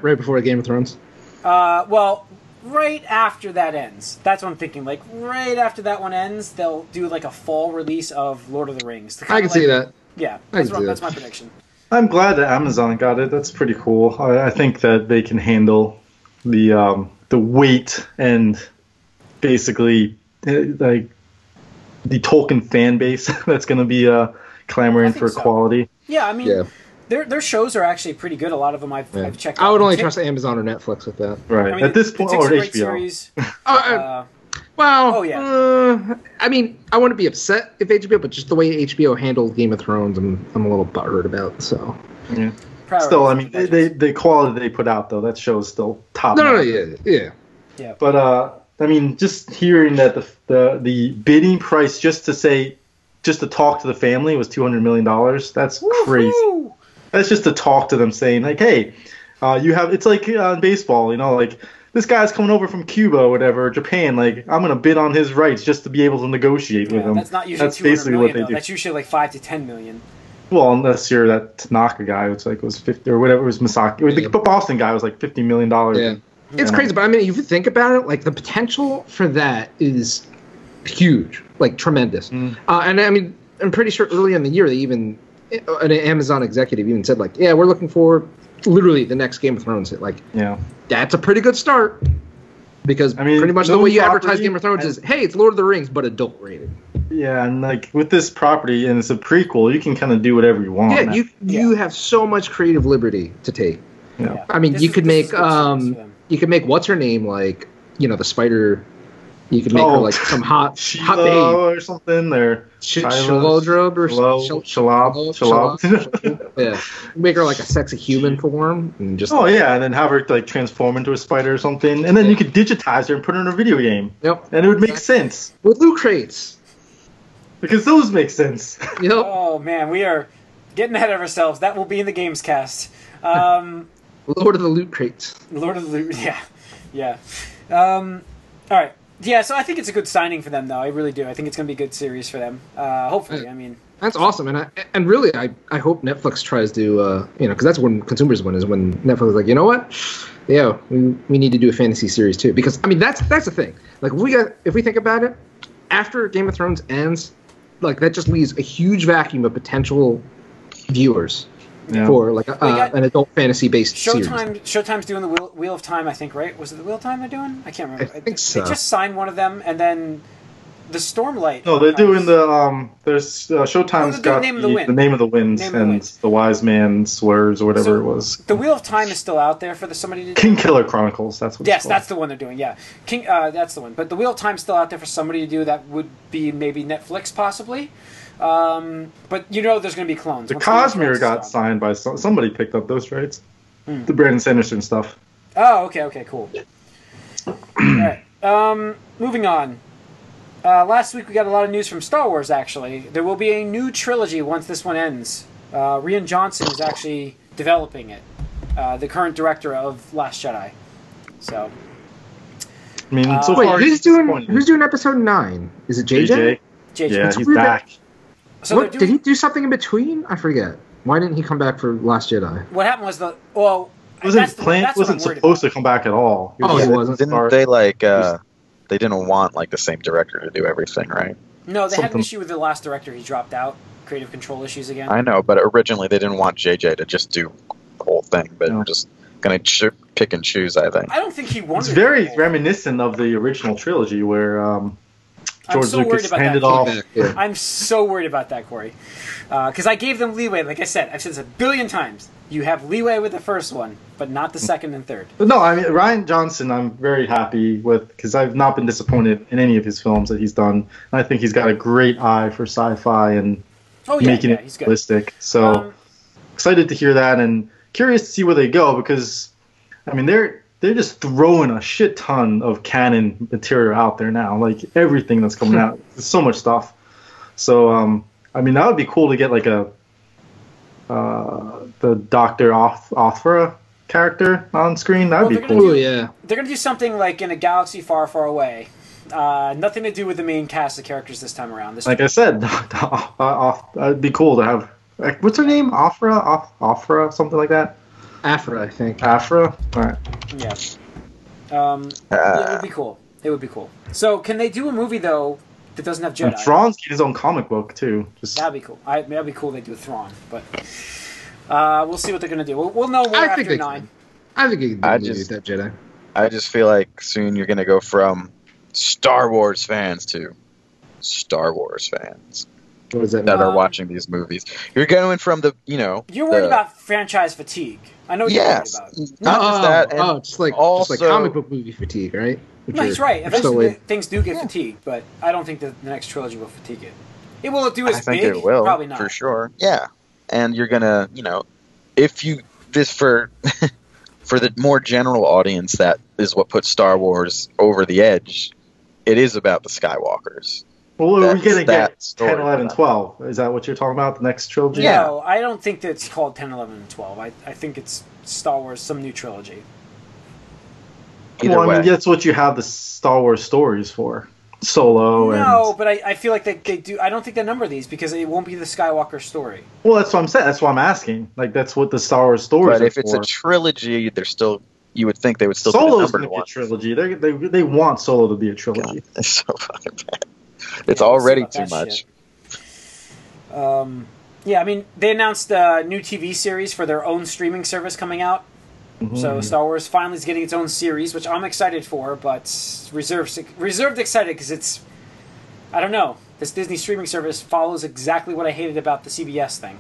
C: right before Game of Thrones.
A: Uh, well, right after that ends, that's what I'm thinking. Like right after that one ends, they'll do like a fall release of Lord of the Rings.
C: I can see that.
A: Yeah,
C: I can
A: that's, what,
C: see
A: that's
C: that.
A: my prediction.
D: I'm glad that Amazon got it. That's pretty cool. I, I think that they can handle the um, the weight and basically eh, like the Tolkien fan base (laughs) that's going to be uh,
A: I
D: clamoring
A: think
D: for
A: so.
D: quality.
A: Yeah, I mean,
C: Yeah.
A: their their shows are actually pretty good. A lot of them I've,
C: Yeah.
A: I've checked.
C: I would
A: out.
C: only
A: Tick-
C: trust Amazon or Netflix with that.
D: Right
A: I mean,
D: at this
A: the
D: point,
A: Tick's
D: or
A: a great
C: (laughs)
D: HBO.
A: series.
C: Uh,
A: Uh,
C: well,
A: oh, yeah.
C: uh, I mean, I wouldn't be upset if HBO, but just the way HBO handled Game of Thrones, I'm, I'm a little butthurt about. So
D: Yeah.
A: priorities
D: Still, I
A: and
D: mean, they,
A: budgets.
D: they the quality they put out though that show is still
A: Oh,
D: top.
C: no, no, no
D: notch.
C: yeah, yeah.
D: But uh, I mean, just hearing that the, the the bidding price just to say, just to talk to the family was two hundred million dollars. That's crazy.
A: Woohoo!
D: That's just to talk to them, saying like, "Hey, uh, you have." It's like uh, in baseball, you know, like this guy's coming over from Cuba, or whatever, Japan. Like, I'm gonna bid on his rights just to be able to negotiate with
A: Yeah,
D: him.
A: that's not usually
D: That's
A: two hundred
D: basically
A: million.
D: what they
A: though.
D: do.
A: That's usually like five to ten million.
D: Well, unless you're that Tanaka guy, which like was fifty or whatever it was Masaki, or the
C: Yeah.
D: Boston guy was like fifty million dollars.
C: Yeah. It's
D: Yeah.
C: crazy, but I mean, if you think about it, like the potential for that is huge, like tremendous.
D: Mm.
C: Uh, and I mean, I'm pretty sure early in the year they even uh, an Amazon executive even said like, "Yeah, we're looking for literally the next Game of Thrones hit." Like,
D: yeah.
C: that's a pretty good start because
D: I mean,
C: pretty much the
D: no
C: way you
D: property
C: advertise Game of Thrones
D: has-
C: is, "Hey, it's Lord of the Rings, but adult rated."
D: Yeah, and like with this property, and it's a prequel, you can kind of do whatever you want.
C: yeah, you you have so much creative liberty to take.
D: Yeah.
A: Yeah.
C: I mean,
A: This
C: you
A: is-
C: could
A: this is
C: make
A: a good series
C: um,
A: for them.
C: you could make what's her name like, you know, the spider. You could make her
D: Oh.
C: like some
D: (laughs)
C: hot hot
D: Shiloh
C: babe,
D: or something, or
C: Sh-
D: Shiloh,
C: Shalodrob or
D: Shiloh,
C: Shal-
D: Shalab,
C: Shalab. (laughs)
D: Shalab. (laughs)
C: yeah, make her like a sexy human form and just
D: Oh yeah, and then have her like transform into a spider or something, and then you could digitize her and put her in a video game,
C: yep
D: and it would make sense
C: with loot crates,
D: because those
C: (laughs)
D: make sense.
C: yep
A: Oh man, we are getting ahead of ourselves. That will be in the games cast. Um,
C: Lord of the loot crates.
A: Lord of the Loot. (laughs) Yeah, yeah. Um, all right. Yeah, so I think it's a good signing for them, though. I really do. I think it's going to be a good series for them. Uh, hopefully, I mean,
C: That's awesome, and I and really I, I hope Netflix tries to uh, you know because that's when consumers win is when Netflix is like you know what yeah we, we need to do a fantasy series too because I mean that's that's the thing like we got if we think about it after Game of Thrones ends like that just leaves a huge vacuum of potential viewers
D: Yeah.
C: for like a,
A: We
C: uh,
A: got-
C: an adult fantasy based series
A: Showtime. Showtime's doing the Wheel, Wheel of Time, I think. Right? Was it the Wheel of Time they're doing? I can't remember.
C: I
A: they,
C: think so.
A: They just signed one of them, and then the Stormlight.
D: No, they're
A: archives.
D: doing the um. There's uh,
A: Oh,
D: Showtime's
A: they're doing
D: got
A: Name of
D: the,
A: the Wind.
D: the name of the winds
A: Name of the
D: and
A: Winds.
D: the wise man swears or whatever
A: So-
D: it was.
A: The Wheel of Time is still out there for the, somebody to do.
D: King Killer Chronicles. That's what.
A: Yes,
D: it's called.
A: that's the one they're doing. Yeah, King. Uh, that's the one. But the Wheel of Time's still out there for somebody to do. That would be maybe Netflix, possibly. Um, but you know, there's going to be clones.
D: The
A: once Netflix
D: Cosmere
A: is
D: got
A: done.
D: signed by some, somebody picked up those rights.
A: Hmm.
D: The Brandon Sanderson stuff.
A: Oh, okay, okay, cool. All right. Um, moving on. Uh, last week we got a lot of news from Star Wars. Actually, there will be a new trilogy once this one ends. Uh, Rian Johnson is actually developing it. Uh, the current director of Last Jedi. So
D: I mean,
A: Uh,
D: so
C: Wait,
D: far
C: who's
D: it's
C: doing
D: disappointing.
C: who's doing episode nine? Is it JJ?
D: JJ?
A: JJ.
D: Yeah, he's
C: weird that-
D: back.
A: So
C: what
A: they're
C: did
A: doing,
C: he do something in between? I forget. Why didn't he come back for Last Jedi?
A: what happened was the well.
D: wasn't
A: that's the-
D: planned.
A: that's what I'm
D: wasn't
A: worried
D: supposed to come back at all.
C: Oh,
D: was
C: he
D: just-
C: wasn't.
B: Didn't
D: Sorry.
B: they like? Uh, they didn't want like the same director to do everything, right?
A: No, they had an
D: Something-
A: issue with the last director. He dropped out. Creative control issues again.
B: I know, but originally they didn't want JJ to just do the whole thing, but
D: No.
B: I'm just gonna ch- pick and choose. I think.
A: I don't think he wanted.
D: It's very
A: it.
D: reminiscent of the original trilogy where um,
A: I'm
D: George
A: so worried
D: Lucas
A: about
D: handed
A: that.
D: off.
C: Yeah.
A: I'm so worried about that, Corey, because I gave them leeway. Like I said, I've said this a billion times. You have leeway with the first one, but not the second and third.
D: But no, I mean Ryan Johnson. I'm very happy with because I've not been disappointed in any of his films that he's done. And I think he's got a great eye for sci-fi and
A: Oh yeah,
D: making
A: yeah,
D: it
A: he's good.
D: realistic. So
A: Um,
D: excited to hear that and curious to see where they go because I mean they're they're just throwing a shit ton of canon material out there now. Like everything
A: (laughs)
D: that's coming out, There's so much stuff. So um, I mean that would be cool to get like a uh, the Doctor Off Othra character on screen. That'd
A: Well,
D: be
A: they're
D: cool.
A: gonna
C: Oh yeah.
A: they're gonna do something like in a galaxy far, far away. Uh, nothing to do with the main cast of characters this time around. This
D: Like I said, (laughs) off, off, uh, it'd be cool to have. Like, what's her name? Afra, off, Afra, something like that.
C: Afra, I think.
D: Afra. All right.
A: yeah. Um,
B: Uh,
A: yeah, it would be cool. It would be cool. So, can they do a movie though that doesn't have
D: And
A: Jedi?
D: Thrawn's getting his own comic book too. Just
A: That'd be cool. I, that'd be cool. They do a Thrawn, but uh, we'll see what they're gonna do. We'll, we'll know more
C: I
A: after
C: think they
A: nine.
C: can. I think he can
B: I
C: do
B: just-
C: that Jedi.
B: I just feel like soon you're gonna go from Star Wars fans to Star Wars fans
C: What does that mean?
B: that are
A: Um,
B: watching these movies. You're going from the you know
A: You're worried
B: the-
A: about franchise fatigue. I know what
B: yes,
A: you're worried
B: not just that. and
C: oh, just like
B: also-
C: just like comic book movie fatigue, right?
A: about.
C: Which
A: No,
C: are-
A: he's right.
C: which are so
A: Eventually,
C: like-
A: things do get fatigued, but I don't think the, the next trilogy will fatigue it. It will do
B: I
A: as
B: think
A: big,
B: it will
A: probably not.
B: for sure. Yeah, and you're gonna you know if you this for (laughs) for the more general audience that is what puts Star Wars over the edge. It is about the Skywalkers.
D: Well, are we
B: That's that
D: gonna get 10,
B: story.
D: 11, 12? Is that what you're talking about? The next trilogy?
B: Yeah.
A: No, I don't think that it's called 10, 11, and 12. I, I think it's Star Wars, some new trilogy.
B: Either
D: well, I
B: way,
D: mean, that's what you have the Star Wars stories for. Solo
A: no,
D: and
A: but I, I feel like they, they do. I don't think they number these because it won't be the Skywalker story.
D: well, that's what I'm saying. That's what I'm asking. Like, that's what the Star Wars stories
B: but
D: are
B: if it's
D: for.
B: a trilogy, they're still you would think they would still do the
D: Solo's
B: numbered
D: gonna be
B: one. (laughs)
D: a trilogy. They they they want Solo to be a trilogy.
B: God, it's so fucking bad. It's
A: Yeah, we'll see
B: already
A: about
B: too
A: that
B: much.
A: Um, yeah, I mean, they announced a new TV series for their own streaming service coming out. So
B: Mm-hmm.
A: Star Wars finally is getting its own series, which I'm excited for, but reserved reserved excited because it's I don't know. This Disney streaming service follows exactly what I hated about the CBS thing.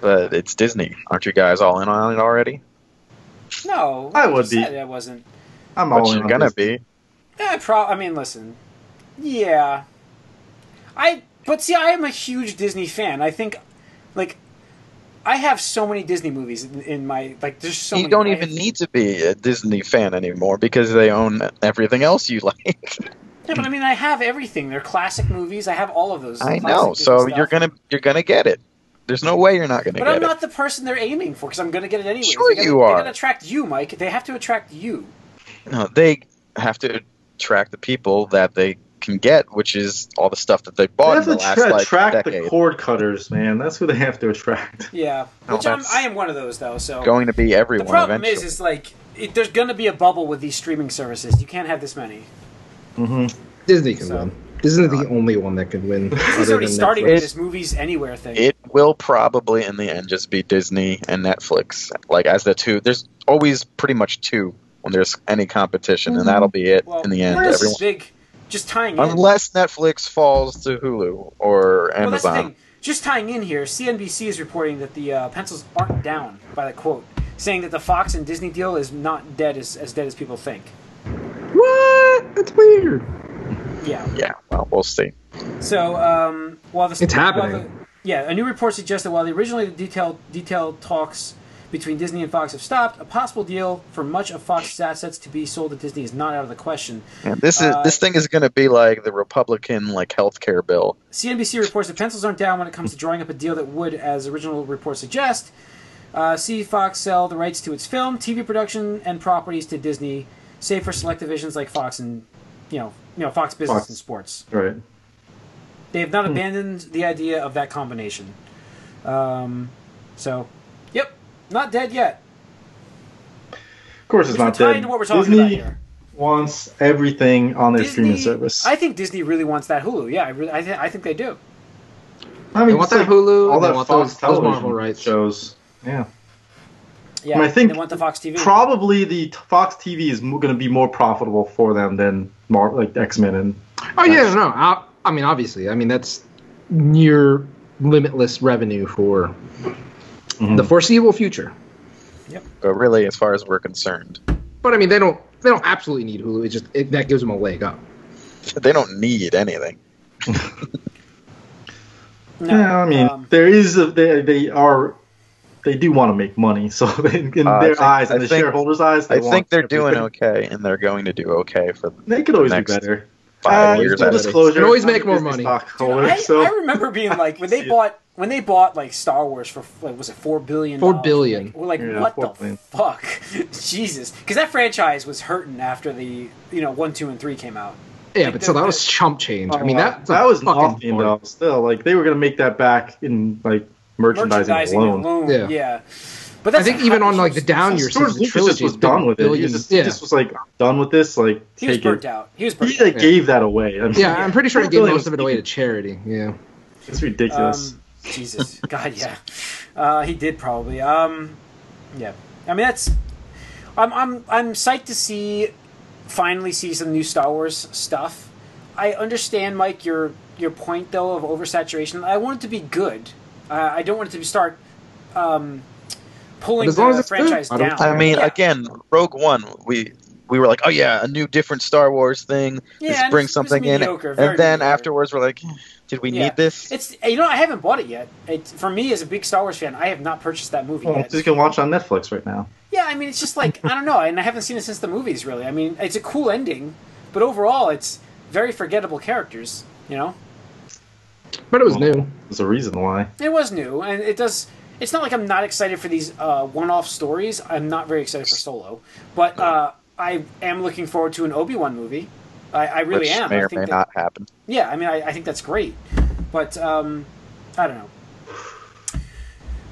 B: But it's Disney. Aren't you guys all in on it already?
A: No,
D: I
A: you
D: would be.
A: said I wasn't.
D: I'm
B: But
D: all in
B: you're
D: on
B: gonna
D: this.
B: be.
A: Eh, pro- I mean, listen. Yeah. I but see, I am a huge Disney fan. I think, like, I have so many Disney movies in, in my like. There's so
B: you
A: many
B: don't
A: that I-
B: even need to be a Disney fan anymore because they own everything else you (laughs) like.
A: Yeah, but I mean, I have everything. They're classic movies. I have all of those.
B: I
A: classic
B: know.
A: Disney
B: So
A: stuff.
B: you're gonna you're gonna get it. There's no way you're not gonna
A: But
B: get
A: I'm
B: it.
A: not the person they're aiming for because I'm gonna get it anyway.
B: Sure
A: they gotta,
B: you are.
A: They gotta attract you, Mike. They have to attract you.
B: No, they have to attract the people that they can get, which is all the stuff that they
D: They
B: bought
D: have
B: in the
D: to
B: last
D: tra-
B: like
D: attract the
B: decade.
D: cord cutters, man. That's who they have to attract. (laughs)
A: Yeah.
B: No,
A: Which I'm,
B: that's-
A: I am one of those though. So
B: Going to be
A: the
B: everyone
A: problem
B: eventually.
A: is, is like it, there's gonna be a bubble with these streaming services. You can't have this many.
C: Disney can
A: So-
C: win. Disney's the only one that can win.
A: Disney's
C: Disney's
A: already starting with this movies anywhere thing.
B: it will probably in the end just be Disney and Netflix, like as the two. There's always pretty much two when there's any competition, and that'll be it
A: Mm-hmm. well,
B: in the end.
A: Netflix is
B: Everyone,
A: big, just tying in.
B: unless Netflix falls to Hulu or
A: well, that's the
B: Amazon.
A: thing. Just tying in here, CNBC is reporting that the uh, pencils aren't down by the quote, saying that the Fox and Disney deal is not dead as, as dead as people think.
C: What? That's weird.
A: Yeah.
B: yeah, well, we'll see.
A: So, um, while the
C: It's happening.
A: while the- yeah, a new report suggests that while the originally the detailed detailed talks between Disney and Fox have stopped, a possible deal for much of Fox's assets to be sold to Disney is not out of the question.
B: And this is
A: Uh,
B: this thing is going to be like the Republican like healthcare bill.
A: CNBC reports that pencils aren't down when it comes to drawing up a deal that would, as original reports suggest, uh, see Fox sell the rights to its film, TV production, and properties to Disney. save for select divisions like Fox and you know you know Fox Business
D: Fox. Hmm.
A: and Sports.
D: Right.
A: They have not abandoned the idea of that combination. Um, so, yep, not dead yet.
D: Of course, it's
A: Which we're
D: not dead.
A: tying to what we're talking
D: Disney
A: about here.
D: wants everything on their streaming service.
A: I think Disney really wants that Hulu. Yeah, I really, I, th- I think they do.
D: I
C: They
D: mean,
C: want
D: it's
C: that
D: like
C: Hulu.
D: all
C: they
D: that
C: want
D: Fox
C: those, those
D: television
C: Marvel rights.
D: shows. Yeah.
A: Yeah,
D: I think
A: they want the Fox TV.
D: Probably the t- Fox TV is going to be more profitable for them than Mar- like X Men and
C: Oh yeah, no, no. I, I mean, obviously, I mean that's near limitless revenue for
B: Mm-hmm.
C: the foreseeable future.
B: But really, as far as we're concerned,
C: But I mean, they don't they don't absolutely need Hulu. It just it, that gives them a leg up.
B: they don't need anything.
A: no,
D: yeah, I mean,
A: um,
D: there is a, they they are they do want to make money, (laughs) so they,
C: Uh,
D: in
B: I
D: their
B: think-
D: eyes,
B: I
D: in the
B: think-
D: shareholders' eyes, they
B: I think
D: want
B: they're doing
D: everything.
B: okay, and they're going to do okay for
A: Uh,
D: They could always
B: next
D: be better.
B: five
D: Uh,
B: years.
D: full
B: at least.
D: disclosure,
C: Can always
D: I'm a
C: make more
D: Disney
C: money.
D: stockholder,
A: I,
D: so-
A: I remember being like when
D: (laughs) See
A: they
D: it.
A: bought when they bought like Star Wars for like was it four billion?
C: Four billion.
A: We're like,
D: Yeah,
A: what
D: four
A: the
D: billion.
A: fuck, (laughs) Jesus? Because that franchise was hurting after the you know one, two, and three came out.
C: Yeah, but so that was chump change. I mean,
D: Oh,
C: that
D: that was
C: fucking
D: nothing though. Still, like they were gonna make that back in like merchandising,
A: Merchandising
D: alone.
A: alone, yeah.
C: Yeah.
A: But
C: I
A: that's
C: think even on like the down years,
D: George
C: since the
D: Lucas just
C: trilogy has
D: was
C: been
D: done with it. He
C: billions-
D: was, just,
C: yeah.
D: he just was like, "I'm done with this. Like,
A: he was
D: take it.
A: burnt out. He was burnt
D: He like
A: out.
D: gave that away. I mean,
C: yeah, I'm pretty sure he
D: Four
C: gave
D: billion
C: most of it
D: was-
C: away to charity. Yeah.
D: (laughs) It's ridiculous.
A: Um, Jesus, God, yeah, uh, he did probably. Um, yeah, I mean that's. I'm I'm I'm psyched to see, finally see some new Star Wars stuff. I understand, Mike, your your point though of oversaturation. I want it to be good. Uh, I don't want it to be start. Um, pulling
C: But as long
A: the
C: as it's good,
A: franchise
C: I don't
A: down.
C: care.
B: I mean,
A: Yeah.
B: again, Rogue One, we we were like, oh yeah, a new different Star Wars thing.
A: Yeah,
B: Let's
A: and
B: bring
A: it's- it's
B: something in,
A: mediocre,
B: and
A: very
B: then
A: mediocre.
B: afterwards we're like, did we
A: Yeah.
B: need this?
A: It's you know I haven't bought it yet. It, for me as a big Star Wars fan, I have not purchased that movie
D: Well,
A: yet.
D: you can watch it on Netflix right now.
A: Yeah, I mean, it's just like I don't know, and I haven't seen it since the movies. Really, I mean, it's a cool ending, but overall, it's very forgettable characters. You know,
C: But it was
D: Well,
C: new.
D: There's a reason why.
A: it was new, and it does. It's not like I'm not excited for these uh, one-off stories. I'm not very excited for Solo, but uh, I am looking forward to an Obi-Wan movie. I, I really
B: Which
A: am.
B: may
A: I
B: or
A: think
B: may
A: that-
B: not happen.
A: yeah, I mean, I, I think that's great, but um, I don't know.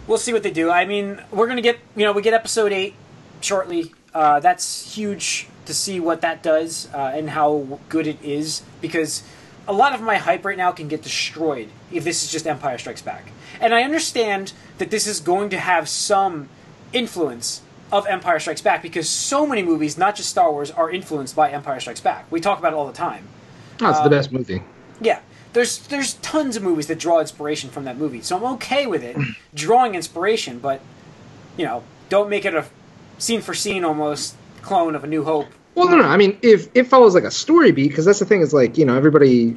A: We'll see what they do. I mean, we're gonna get you know we get episode eight shortly. Uh, that's huge to see what that does uh, and how good it is because a lot of my hype right now can get destroyed if this is just Empire Strikes Back. And I understand that this is going to have some influence of Empire Strikes Back because so many movies, not just Star Wars, are influenced by Empire Strikes Back. We talk about it all the time.
C: That's
A: Uh,
C: the best movie.
A: Yeah, there's there's tons of movies that draw inspiration from that movie, so I'm okay with it drawing inspiration, but you know, don't make it a scene for scene almost clone of A New Hope.
C: Well, no, no. I mean, if it follows like a story beat, because that's the thing is like you know everybody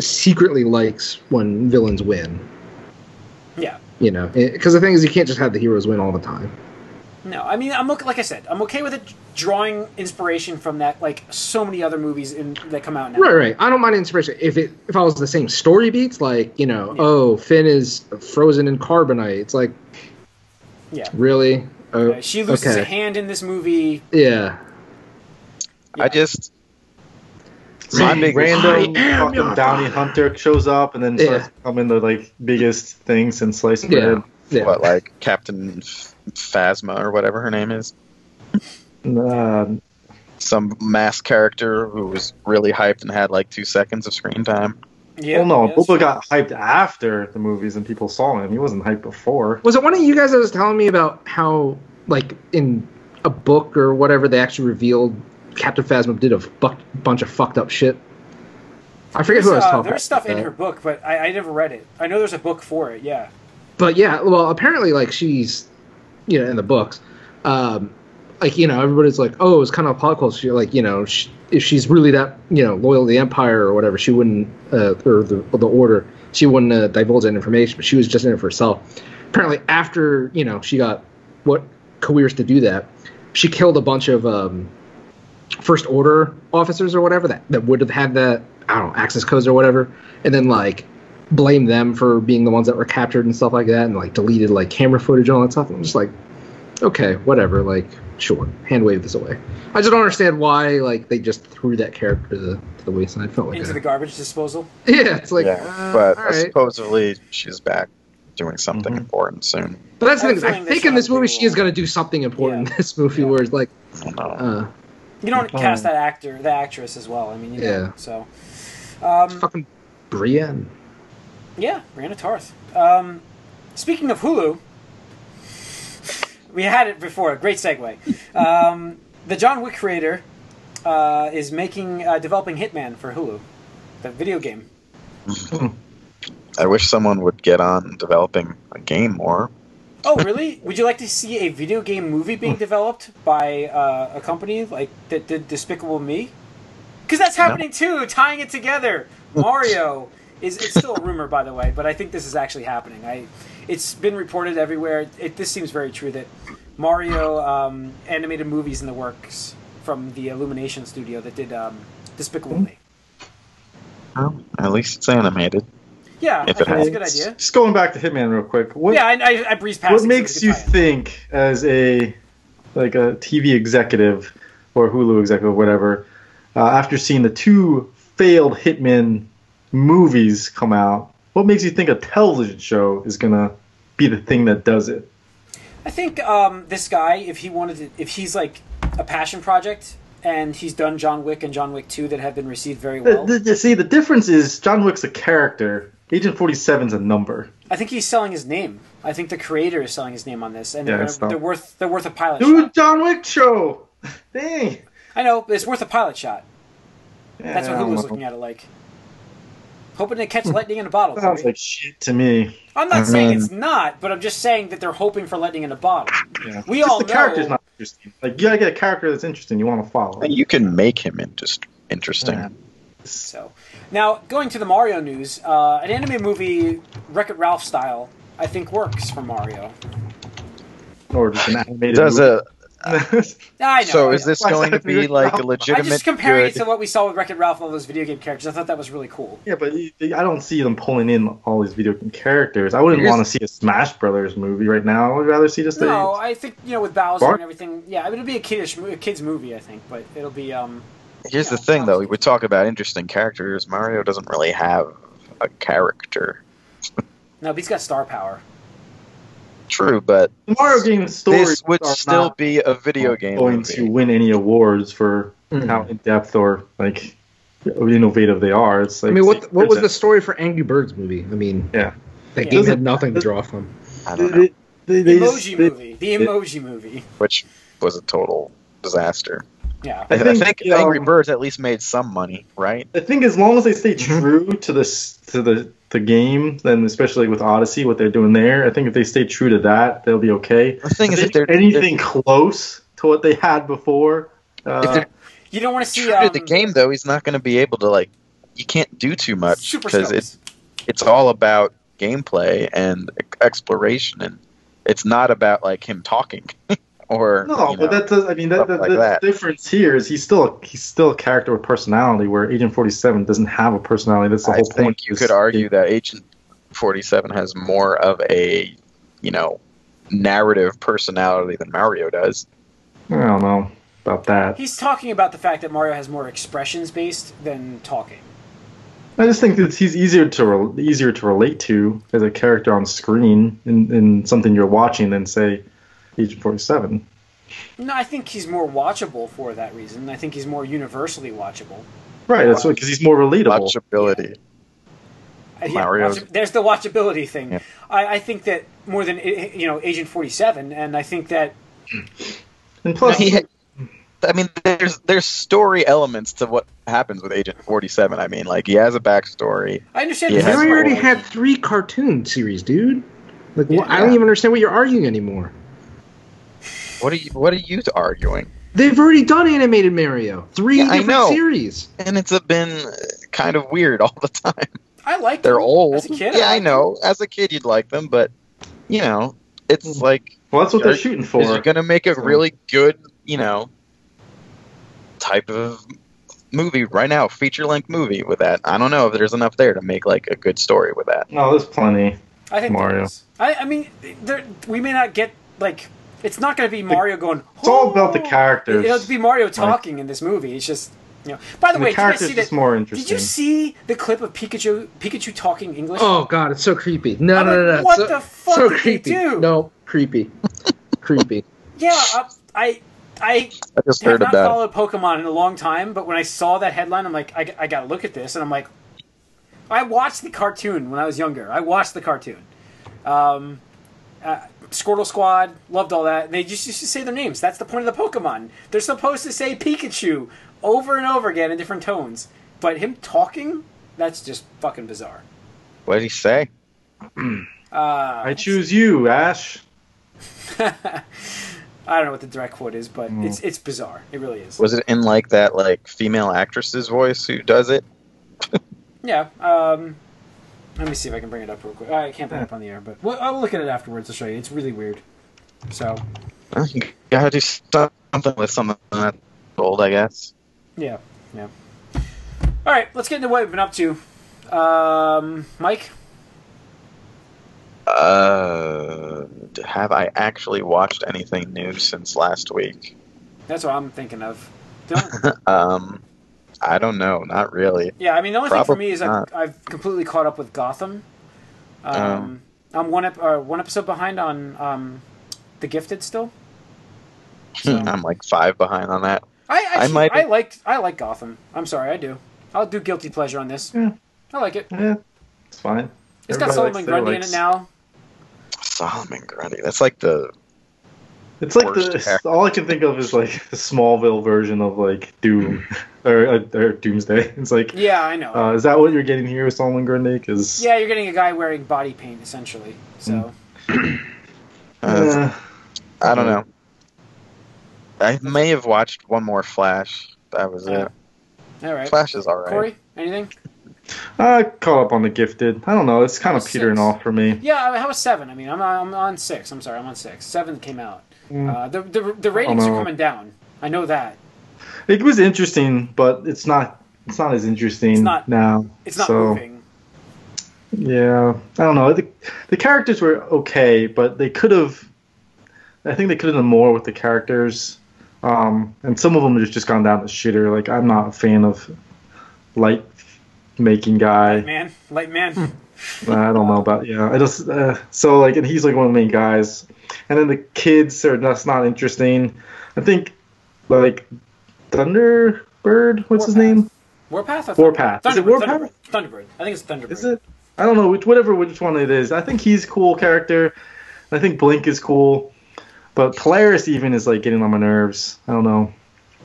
C: secretly likes when villains win.
A: Yeah,
C: You know, because the thing is you can't just have the heroes win all the time.
A: no, I mean, I'm okay, like I said, I'm okay with it drawing inspiration from that, like so many other movies in, that come out now.
C: Right, right. I don't mind inspiration if it follows the same story beats. Like you know,
A: Yeah.
C: oh, Finn is frozen in carbonite. It's like
A: Yeah.
C: really. Oh,
A: Uh, she loses
C: okay.
A: a hand in this movie.
C: Yeah.
A: Yeah.
B: I just
D: Some
B: big-
D: random
C: I am
D: fucking
C: your
D: bounty hunter shows up and then
C: Yeah.
D: starts becoming the like biggest thing since sliced
C: Yeah.
D: bread.
C: Yeah.
B: what like Captain F- Phasma or whatever her name is,
D: Um,
B: some mass character who was really hyped and had like two seconds of screen time.
A: Yeah,
D: well, no,
A: yeah, that's
D: Boba
A: true.
D: got hyped after the movies and people saw him. He wasn't hyped before.
C: Was it one of you guys that was telling me about how, like, in a book or whatever, they actually revealed Captain Phasma did a fuck, bunch of fucked up shit? I
A: There's,
C: forget who I was
A: uh,
C: talking
A: there's stuff in
C: about
A: her
C: that.
A: book, but I, I never read it. I know there's a book for it. Yeah,
C: But yeah, well, apparently, like, she's, you know, in the books, um, like, you know, everybody's like, oh, it's kind of political. She, like, you know, sh if she's really that, you know, loyal to the Empire or whatever, she wouldn't, uh, or the, or the Order, she wouldn't uh, divulge that information, but she was just in it for herself. Apparently, after, you know, she got what coerced to do that, she killed a bunch of um, first order officers or whatever that, that would have had the I don't know access codes or whatever, and then like blame them for being the ones that were captured and stuff like that, and like deleted like camera footage and all that stuff. And I'm just like, okay, whatever. Like, sure, hand wave this away. I just don't understand why like they just threw that character to the, to the wayside. Felt like
A: into
C: a-
A: the garbage disposal.
C: (laughs) yeah, it's like,
B: yeah,
C: uh,
B: but
C: all right.
B: supposedly she's back doing something
D: Mhm.
B: important soon.
C: But that's the
A: I
C: thing.
A: have a
C: I
A: feeling
C: think
A: this
C: in this
A: one
C: movie
A: people
C: she is
A: will-
C: going to do something important
A: Yeah.
C: in this movie where it's like,
B: I don't know.
C: uh,
A: You don't
D: Oh.
A: cast that actor, the actress as well. I mean, you know,
C: Yeah.
A: So, um,
C: fucking Brienne.
A: yeah, Brianna Tarth. Um, speaking of Hulu, we had it before. Great segue. Um, the John Wick creator uh, is making uh, developing Hitman for Hulu, the video game.
B: I wish someone would get on developing a game more.
A: Oh, really? Would you like to see a video game movie being developed by uh, a company like that did Despicable Me? Because that's happening too, tying it together. Mario is it's still a rumor, by the way, but I think this is actually happening. I, it's been reported everywhere. It, this seems very true that Mario um, animated movies in the works from the Illumination studio that did um, Despicable Me.
B: Well, at least it's animated.
A: Yeah, I
B: If it
A: think that's a good
D: It's-
A: idea.
D: Just going back to Hitman real quick. What
A: Yeah, I, I, I breezed past. it,
D: what
A: so
D: makes
A: we
D: you
A: could tie in.
D: think as a like a TV executive or Hulu executive, whatever, uh, after seeing the two failed Hitman movies come out, what makes you think a television show is gonna be the thing that does it?
A: I think um, this guy, if he wanted to, if he's like a passion project and he's done John Wick and John Wick 2 that have been received very well,
D: The- the- you see, the difference is John Wick's a character. Agent 47's a number.
A: I think he's selling his name. I think the creator is selling his name on this, and
D: Yeah,
A: they're,
D: it's
A: gonna,
D: not-
A: they're worth they're worth a pilot
D: Dude,
A: shot.
D: John Wick show. (laughs) Dang.
A: I know but it's worth a pilot shot. That's
D: Yeah, I
A: what
D: don't
A: Hulu's
D: know.
A: looking at it like. Hoping to catch lightning in a bottle.
D: Sounds
A: Corey.
D: like shit to me.
A: I'm not
B: I
A: saying
B: mean-
A: it's not, but I'm just saying that they're hoping for lightning in a bottle.
D: Yeah.
A: We
D: Just
A: all
D: the
A: know-
D: character's not interesting. Like you gotta get a character that's interesting. You want to follow.
B: And you can make him interest- interesting.
D: Yeah.
A: So, now going to the Mario news, uh, an anime movie, Wreck It Ralph style, I think works for Mario.
D: or just an animated.
B: Does
D: movie.
B: a
A: I know.
B: so
A: (laughs) I
B: is
A: know.
B: this going to be like a
A: I'm
B: legitimate?
A: just comparing it
B: good-
A: to what we saw with Wreck It Ralph, all those video game characters. I thought that was really cool.
D: (laughs) Yeah, but you- I don't see them pulling in all these video game characters. I wouldn't
C: Here's-
D: want to see a Smash Brothers movie right now. I would rather see just
A: No,
D: a.
A: I think you know with Bowser
D: Bark?
A: and everything. Yeah, I mean, it'll be a kiddish, mo- a kids movie, I think, but it'll be um.
B: Here's the
A: Yeah,
B: thing, though.
A: obviously.
B: We talk about interesting characters. Mario doesn't really have a character.
A: No, but he's got star power.
B: True, but
D: The Mario game stories
B: this would
D: are
B: still
D: not
B: be a video game
D: going
B: movie.
D: to win any awards for
C: Mm.
D: how in depth or like innovative they are. It's like
C: I mean, what what was the story for Angry Birds movie? I mean,
D: Yeah.
C: that
A: Yeah.
C: game
D: Doesn't-
C: had nothing to draw from.
B: I
D: They,
B: don't know,
D: they-
A: The
D: they
A: emoji
D: just- they-
A: movie. The emoji movie.
B: which was a total disaster.
A: Yeah.
D: I
B: I think, um,
D: think, you know-
B: Angry Birds at least made some money, right?
D: I think as long as they stay true to this to the the game, then especially with Odyssey, what they're doing there, I think if they stay true to that, they'll be okay.
B: The thing is,
D: If
B: if they're
D: anything close to what they had before,
B: if
D: uh,
B: they're
A: You don't want to
B: true
A: see
B: to
A: um,
B: the game, though, he's not going to be able to like. You can't do too much
A: Super
B: because it's
A: Scopes.
B: it's all about gameplay and e-, exploration, and it's not about like him talking (laughs) or
D: no,
B: you know,
D: but that does. I mean, that,
B: stuff
D: that,
B: like
D: the
B: that.
D: difference here is he's still he's still a character with personality, where Agent Forty Seven doesn't have a personality. That's the
B: I
D: whole
B: think
D: point.
B: you could argue that Agent Forty Seven has more of a you know narrative personality than Mario does.
D: I don't know about that.
A: He's talking about the fact that Mario has more expressions based than talking.
D: I just think that he's easier to re- easier to relate to as a character on screen in, in something you're watching than say Agent Forty Seven.
A: No, I think he's more watchable for that reason. I think he's more universally watchable.
D: Right, that's because he's more relatable.
B: Watchability.
A: Uh, yeah,
B: Mario's-
A: watch- there's the watchability thing.
B: Yeah.
A: I, I think that more than i- you know, Agent Forty Seven, and I think that
B: (laughs)
D: And plus,
B: He had- I mean, there's there's story elements to what happens with Agent Forty Seven. I mean, like he has a backstory.
A: I understand.
B: Yeah.
A: this is
C: Mario
B: more
C: already
A: more-
C: had three cartoon series, dude. Like, wha- I
B: Yeah.
C: don't even understand what you're arguing anymore.
B: What are you What are you arguing?
C: They've already done animated Mario, three
B: Yeah, I
C: different
B: know.
C: series.
B: And it's been kind of weird (laughs) all the time.
A: I like
B: They're old.
A: As a kid,
B: yeah, I
A: liked
B: know. As a kid, you'd like them, but you know,
A: Mm,
B: it's like
D: well, that's what they're
B: Are-
D: shooting for.
B: Is it going to make a
D: So-
B: really good, you know, type of movie right now, feature length movie with that? I don't know if there's enough there to make like a good story with that.
D: no, there's plenty.
A: I think there
D: Mario.
A: is. I, I mean, there, we may not get like it's not going to be Mario going.
D: It's all about the
A: "Oh."
D: characters.
A: It'll be Mario talking in this movie. It's just you know. By the
D: the
A: way, did you guys
D: characters
A: see
D: is
A: that?
D: more
A: Did
D: interesting.
A: you see the clip of Pikachu Pikachu talking English?
C: Oh God, it's so creepy. No,
A: I'm
C: no, no,
A: like,
C: no.
A: what
C: so,
A: the fuck
C: so
A: did they
C: creepy.
A: do?
C: No,
A: (laughs)
C: creepy, creepy.
A: Yeah, uh, I I
B: I just
A: have
B: heard
A: not
B: about it.
A: followed Pokemon in a long time, but when I saw that headline, I'm like, I, got to look at this, and I'm like, I watched the cartoon when I was younger. I watched the cartoon. Um, uh, Squirtle Squad loved all that. They just used to say their names. That's the point of the Pokemon. They're supposed to say Pikachu over and over again in different tones. But him talking, that's just fucking bizarre.
B: What did he say?
A: Uh, (laughs)
D: I choose you, Ash.
A: I don't know what the direct quote is, but it's it's bizarre. It really is.
B: Was it in like that like female actress's voice who does it?
A: Yeah. Um, let me see if I can bring it up real quick. I can't bring it up on the air, but well, I'll look at it afterwards. I'll show you. It's really weird. So
B: Well, you gotta do something with something that's old, I guess.
A: yeah, yeah. All right, let's get into what we've been up to. Um, Mike,
B: Uh, have I actually watched anything new since last week?
A: that's what I'm thinking of.
B: (laughs)
A: The only-
B: Um, I don't know. Not really.
A: yeah, I mean the only thing for
B: Probably
A: me is I've,
B: not.
A: I've completely caught up with Gotham. Um,
B: Um.
A: I'm one ep- or one episode behind on um, the Gifted still. So-
B: (laughs) I'm like five behind on that.
A: I actually, I,
B: might-
A: like I like Gotham. I'm sorry, I do. I'll do guilty pleasure on this.
D: Yeah.
A: I like it.
D: Yeah, Eh, it's fine.
A: It's got
D: Everybody
A: Solomon
D: likes their
A: Grundy in
D: likes.
A: it now.
B: Solomon Grundy. That's like the
D: It's like the
B: Worst character.
D: all I can think of is like the Smallville version of like Doom (laughs) or, uh, or Doomsday. (laughs) It's like,
A: Yeah, I know.
D: uh, is that what you're getting here with Solomon Grundy? Because
A: yeah, you're getting a guy wearing body paint essentially. So
B: uh, I don't know. I may have watched one more Flash. That was it.
D: Mm.
A: all right,
B: Flash is alright.
A: Corey, anything?
D: I caught up on the Gifted. I don't know. It's kind of
A: Six.
D: petering off for me.
A: Yeah, I- how was seven? I mean, I'm I'm on six. I'm sorry, I'm on six. Seven came out.
D: Mm.
A: Uh, the, the the ratings are
D: no.
A: coming down. I know that.
D: It was interesting, but it's not. It's not as interesting
A: It's not-
D: now.
A: It's not
D: so,
A: moving.
D: Yeah, I don't know. The, the characters were okay, but they could have. I think they could have done more with the characters, um, and some of them have just gone down the shitter. Like I'm not a fan of light making guy.
A: Man, light
D: Hmm.
A: man.
D: I don't know about yeah. I just uh, so like, and he's like one of the main guys, and then the kids are that's not interesting. I think like Thunderbird. What's his name?
A: Warpath. Or
D: Warpath.
A: Thunderbird.
D: Is it
A: Thunderbird.
D: Warpath?
A: Thunderbird. I think it's Thunderbird.
D: Is it? I don't know which whatever which one it is. I think he's a cool character. I think Blink is cool, but Polaris even is like getting on my nerves. I don't know.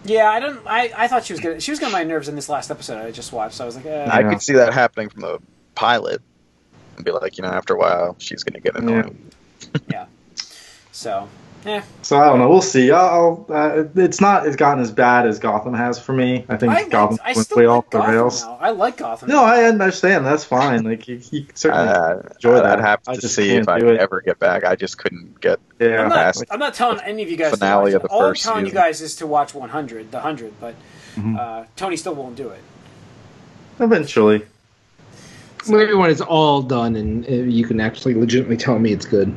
A: Yeah, I don't. I, I thought she was gonna she was gonna my nerves in this last episode I just watched. So I was like, eh.
B: I
D: Yeah.
B: could see that happening from the pilot and be like, you know, after a while, she's going to get annoying.
A: so yeah.
D: So I don't know. We'll see. I'll, I'll, uh, it's not as gotten as bad as Gotham has for me. I think
A: I,
D: Gotham
A: I, I
D: went
A: still
D: way
A: like
D: off the
A: Gotham
D: rails.
A: now. I like Gotham.
D: No, I understand. That's fine. Like you, you certainly
B: Uh,
D: enjoy that.
B: I'd have
D: I
B: to
D: just
B: see
D: can't
B: if I
D: do
B: could
D: it.
B: ever get back. I just couldn't get.
D: yeah.
A: I'm
B: Fast.
A: not, I'm not telling any of you guys.
B: Finale
A: to watch
B: of
A: it.
B: the
A: All
B: first
A: I'm telling you
B: season.
A: guys is to watch 100, the 100, but uh, Tony still won't do it.
D: Eventually,
C: Maybe when it's all done and uh, you can actually legitimately tell me it's good.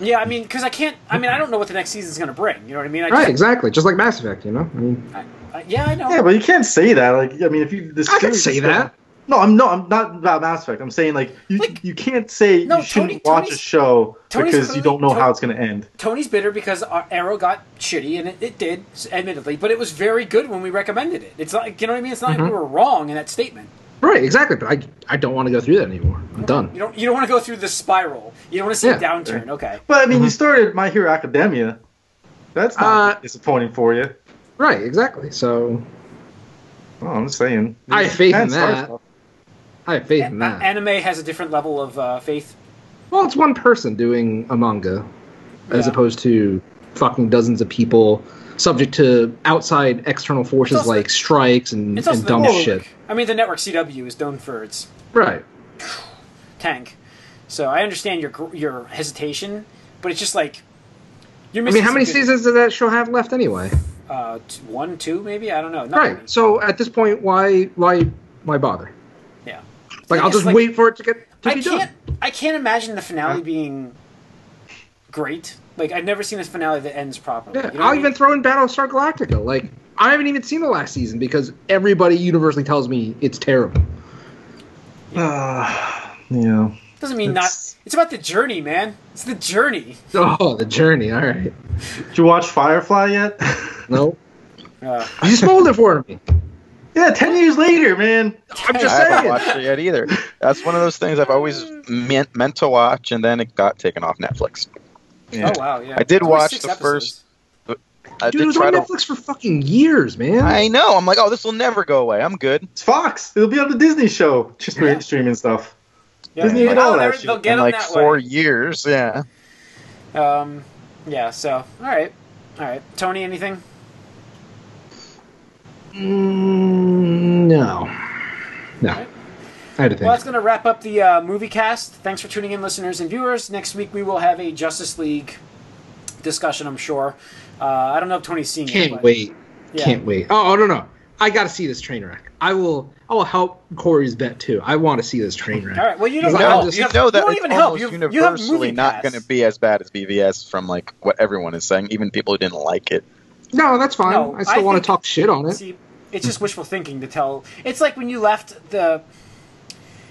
A: Yeah, I mean, because I can't. I mean, I don't know what the next season's going to bring. You know what I mean? I
C: Right,
A: Just,
C: exactly. Just like Mass Effect, you know. I mean,
A: I, I, yeah, I know.
D: yeah, but you can't say that. Like I mean, if you this
C: I can
D: series-
C: say that.
D: No, I'm no, I'm not about Mass Effect. I'm saying like you,
A: Like-
D: you can't say
A: No,
D: you shouldn't
A: Tony-
D: watch a
A: Tony's-
D: show
A: Tony's
D: because you don't know
A: clearly- Tony-
D: how it's going to end.
A: Tony's bitter because our Arrow got shitty, and it, it did, admittedly, but it was very good when we recommended it. It's like you know what I mean? It's not like we were wrong in that statement.
C: Right, exactly. But I, I don't want to go through that anymore. I'm
A: You
C: done.
A: don't you don't want to go through the spiral. You don't want to see a
C: Yeah.
A: downturn. Okay.
D: But I mean, you started My Hero Academia. That's not
C: Mm-hmm. Uh,
D: disappointing for you.
C: Right, exactly. So
D: Oh, I'm just saying.
C: I have faith in
D: That's our
C: that.
D: stuff.
C: I have faith in
A: A-
C: that.
A: anime has a different level of uh, faith.
C: Well, it's one person doing a manga as
A: Yeah.
C: opposed to fucking dozens of people subject to outside external forces
A: also-
C: like strikes and,
A: It's also
C: and
A: the
C: dumb
A: network.
C: shit.
A: I mean, the network CW is known for its
C: Right.
A: tank. So I understand your gr- your hesitation, but it's just like you're
C: I
A: missing.
C: mean, how
A: some
C: many
A: good-
C: seasons does that show have left anyway?
A: Uh, t- one, two, maybe I don't know. Not many.
C: Right. So at this point, why why why bother?
A: Yeah.
C: Like I'll
A: It's
C: just wait for it to get to
A: I
C: be
A: can't.
C: done.
A: I can't imagine the finale being great. Like I've never seen this finale that ends properly.
C: Yeah,
A: You know what I
C: I'll
A: mean?
C: even throw in Battlestar Galactica. Like I haven't even seen the last season because everybody universally tells me it's terrible.
D: Uh, yeah.
A: doesn't mean
D: It's-
A: not. It's about the journey, man. It's the journey.
C: Oh, the journey. All right.
D: Did you watch Firefly yet? (laughs)
C: No,
A: Uh,
C: you spoiled it for me.
D: yeah, ten years later, man.
C: I'm just
B: I haven't
C: saying.
B: watched it yet either. That's one of those things I've always meant, meant to watch, and then it got taken off Netflix.
A: Oh wow, yeah.
B: I did watch
A: 26
B: the first- I
C: Dude,
B: did
C: it was
B: try
C: on
B: to-
C: Netflix for fucking years, man.
B: I know. I'm like, oh, this will never go away. I'm good.
D: It's Fox. It'll be on the Disney show, just
A: Yeah.
D: streaming stuff.
A: Yeah.
D: Disney did all
A: Oh, they're-
D: that shit.
A: they'll get
B: in
A: them
B: like
A: that
B: four
A: way.
B: years. Yeah.
A: Um, yeah. So, all right, all right. Tony, anything?
C: Mm, no, no. I had to think.
A: Well, that's going to wrap up the uh, movie cast. Thanks for tuning in, listeners and viewers. Next week we will have a Justice League discussion. I'm sure. Uh, I don't know if Tony's seeing it.
C: Can't
A: but-
C: wait.
A: Yeah.
C: Can't wait. Oh, oh, no, no. I got to see this train wreck. I will. I will help Corey's bet too. I want to see this train wreck.
A: All right. Well, you don't
C: No,
A: help.
C: I'm
B: No,
C: just-
B: you
A: have-
B: know that
A: don't
B: it's
A: even help.
B: almost
A: You have, you have
B: universally
A: movie
B: not
A: pass.
B: going to be as bad as BVS from like what everyone is saying, even people who didn't like it.
C: No, that's fine.
A: No,
C: I still
A: I
C: want
A: think-
C: to talk shit on it.
A: See, it's just wishful thinking to tell. It's like when you left the.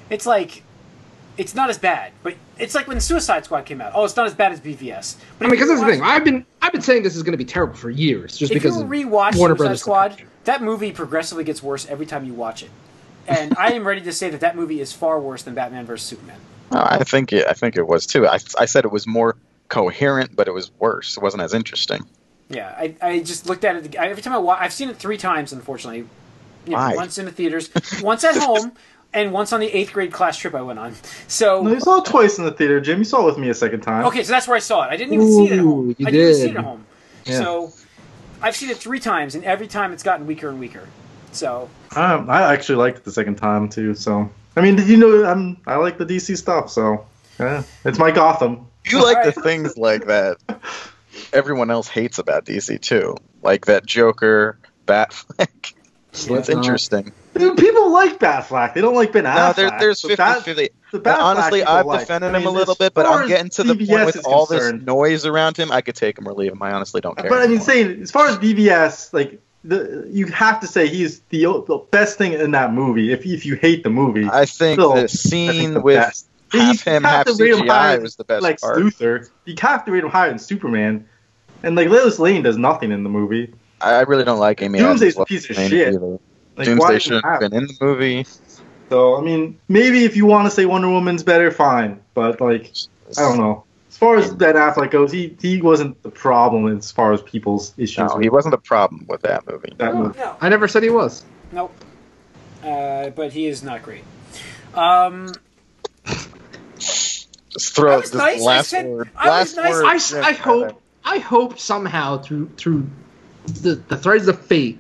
A: It's like, it's not as bad, but it's like when Suicide Squad came out. Oh, it's not as bad as BVS. But
C: I
A: if
C: mean, because
A: you
C: that's the
A: watch-
C: thing. I've been I've been saying this is going to be terrible for years, just
A: If you
C: because
A: rewatch
C: Warner
A: Suicide
C: Brothers.
A: Squad, that movie progressively gets worse every time you watch it, and I am ready to say that that movie is far worse than Batman vs Superman.
B: No, I think it. I think it was too. I, I said it was more coherent, but it was worse. It wasn't as interesting.
A: Yeah, I, I just looked at it I, every time I watch. I've seen it three times, unfortunately. You know,
B: Why?
A: once in the theaters, once at home, and once on the eighth grade class trip I went on. So
D: No, you saw it twice in the theater, Jim. You saw it with me a second time.
A: Okay, so that's where I saw it. I didn't even see it at home.
C: Ooh, you
A: I didn't even see
C: did.
A: it at home.
D: Yeah.
A: So I've seen it three times, and every time it's gotten weaker and weaker. So
D: Um, I actually liked it the second time too. So I mean, you know, I'm I like the DC stuff. So yeah. it's my Gotham.
B: You like
A: Alright.
B: the things like that everyone else hates about DC too, like that Joker, Batfleck. It's
C: Slipknot.
B: interesting.
D: Dude, people like Batfleck. They don't like Ben
B: No,
D: Affleck.
B: there, there's
D: but
B: 50
D: Uh, Bat-
B: 50.
D: the Batfleck
B: Honestly,
D: people
B: I've
D: like.
B: defended
D: I
B: him a
D: mean,
B: little
D: as
B: bit, but
D: far
B: I'm
D: as
B: getting to the
D: BVS
B: point
D: is
B: with all
D: concerned.
B: this noise around him. I could take him or leave him. I honestly don't care.
D: But I mean,
B: anymore.
D: saying as far as BVS, like the, you have to say he's the, the best thing in that movie. If if you hate the movie,
B: I think
D: still, I
B: the
D: think
B: scene
D: the
B: with
D: best.
B: half
D: You
B: him,
D: have
B: half
D: to rate him higher
B: CGI was the best
D: Lex
B: part.
D: Luthor. You have to rate him higher than Superman. And like Lois Lane does nothing in the movie.
B: I I really don't like Amy.
D: Doomsday's
B: Adams'
D: a piece of
B: Lois Lane
D: shit.
B: either.
D: Like, why
B: Doomsday
D: does
B: should
D: it
B: have
D: happen?
B: been in the movie.
D: So I mean, maybe if you want to say Wonder Woman's better, fine. But like, I don't know. As far as Ben Affleck goes, he he wasn't the problem as far as people's issues.
B: No,
D: with
B: he wasn't the problem with that movie.
D: that
A: no,
D: movie.
A: no,
C: I never said he was.
A: nope. Uh, but he is not great. Um,
B: Just
A: I
B: throw
A: was
B: this
A: nice, I
B: last
A: said-
B: word.
A: I was
B: last
A: nice,
B: word.
C: I, s-
B: Yeah,
C: I hope I hope somehow through through the, the threads of fate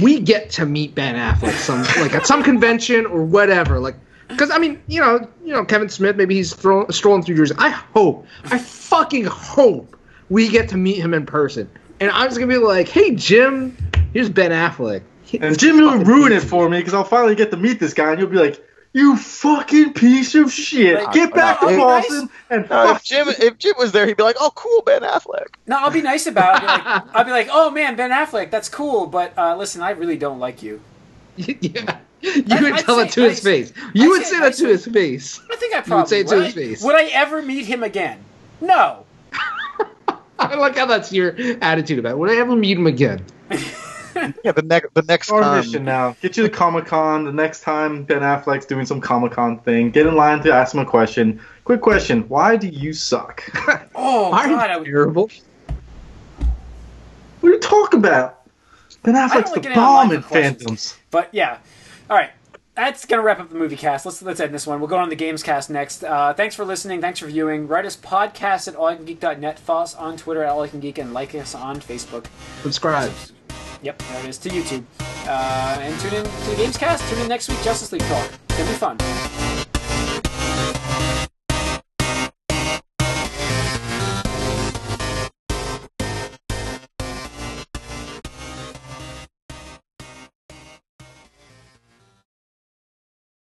C: we get to meet Ben Affleck some like at some convention or whatever like because I mean you know you know Kevin Smith maybe he's throw, strolling through Jersey I hope I fucking hope we get to meet him in person and I'm just gonna be like hey Jim here's Ben Affleck
D: And Jim, you'll ruin it for me because I'll finally get to meet this guy, and you'll be like, "You fucking piece of shit!
A: Like,
D: get back
A: I'll
D: to
A: be
D: Boston
A: nice.
D: and
B: No,
D: fuck
B: if Jim if Jim was there, he'd be like, "Oh, cool, Ben Affleck."
A: no, I'll be nice about it. I'll
C: (laughs)
A: be like, I'll be like, oh man, Ben Affleck, that's cool, but uh, listen, I really don't like you.
C: (laughs) yeah you
A: I'd-
C: would
A: I'd
C: tell that
A: say-
C: to his
A: I'd-
C: face you would
A: say-
C: say
A: I'd
C: that to
A: say-
C: his face (laughs)
A: I think I probably
C: You would say it to
A: would.
C: his face.
A: Would I ever meet him again? No.
C: I like how that's your attitude about it. would I ever meet him again
B: Yeah, the next the next
D: our
B: time.
D: mission now. Get you to Comic Con the next time Ben Affleck's doing some Comic Con thing. Get in line to ask him a question. Quick question: Why do you suck? (laughs) what
A: Oh
C: Aren't
A: God, I
C: you
A: would.
C: terrible
D: are you talking about? Ben
A: don't
D: Affleck's
A: like
D: the
A: getting online
D: bomb in
A: for questions.
D: fandoms.
A: But yeah, all right. That's gonna wrap up the movie cast. Let's let's end this one. We'll go on the games cast next. Uh, thanks for listening. Thanks for viewing. Write us podcast at allicangeek.net. Follow us on Twitter at allicangeek and like us on Facebook.
C: subscribe
A: Yep, there it is to YouTube. Uh, and tune in to the games cast. Tune in next week. Justice League talk. It's gonna be fun.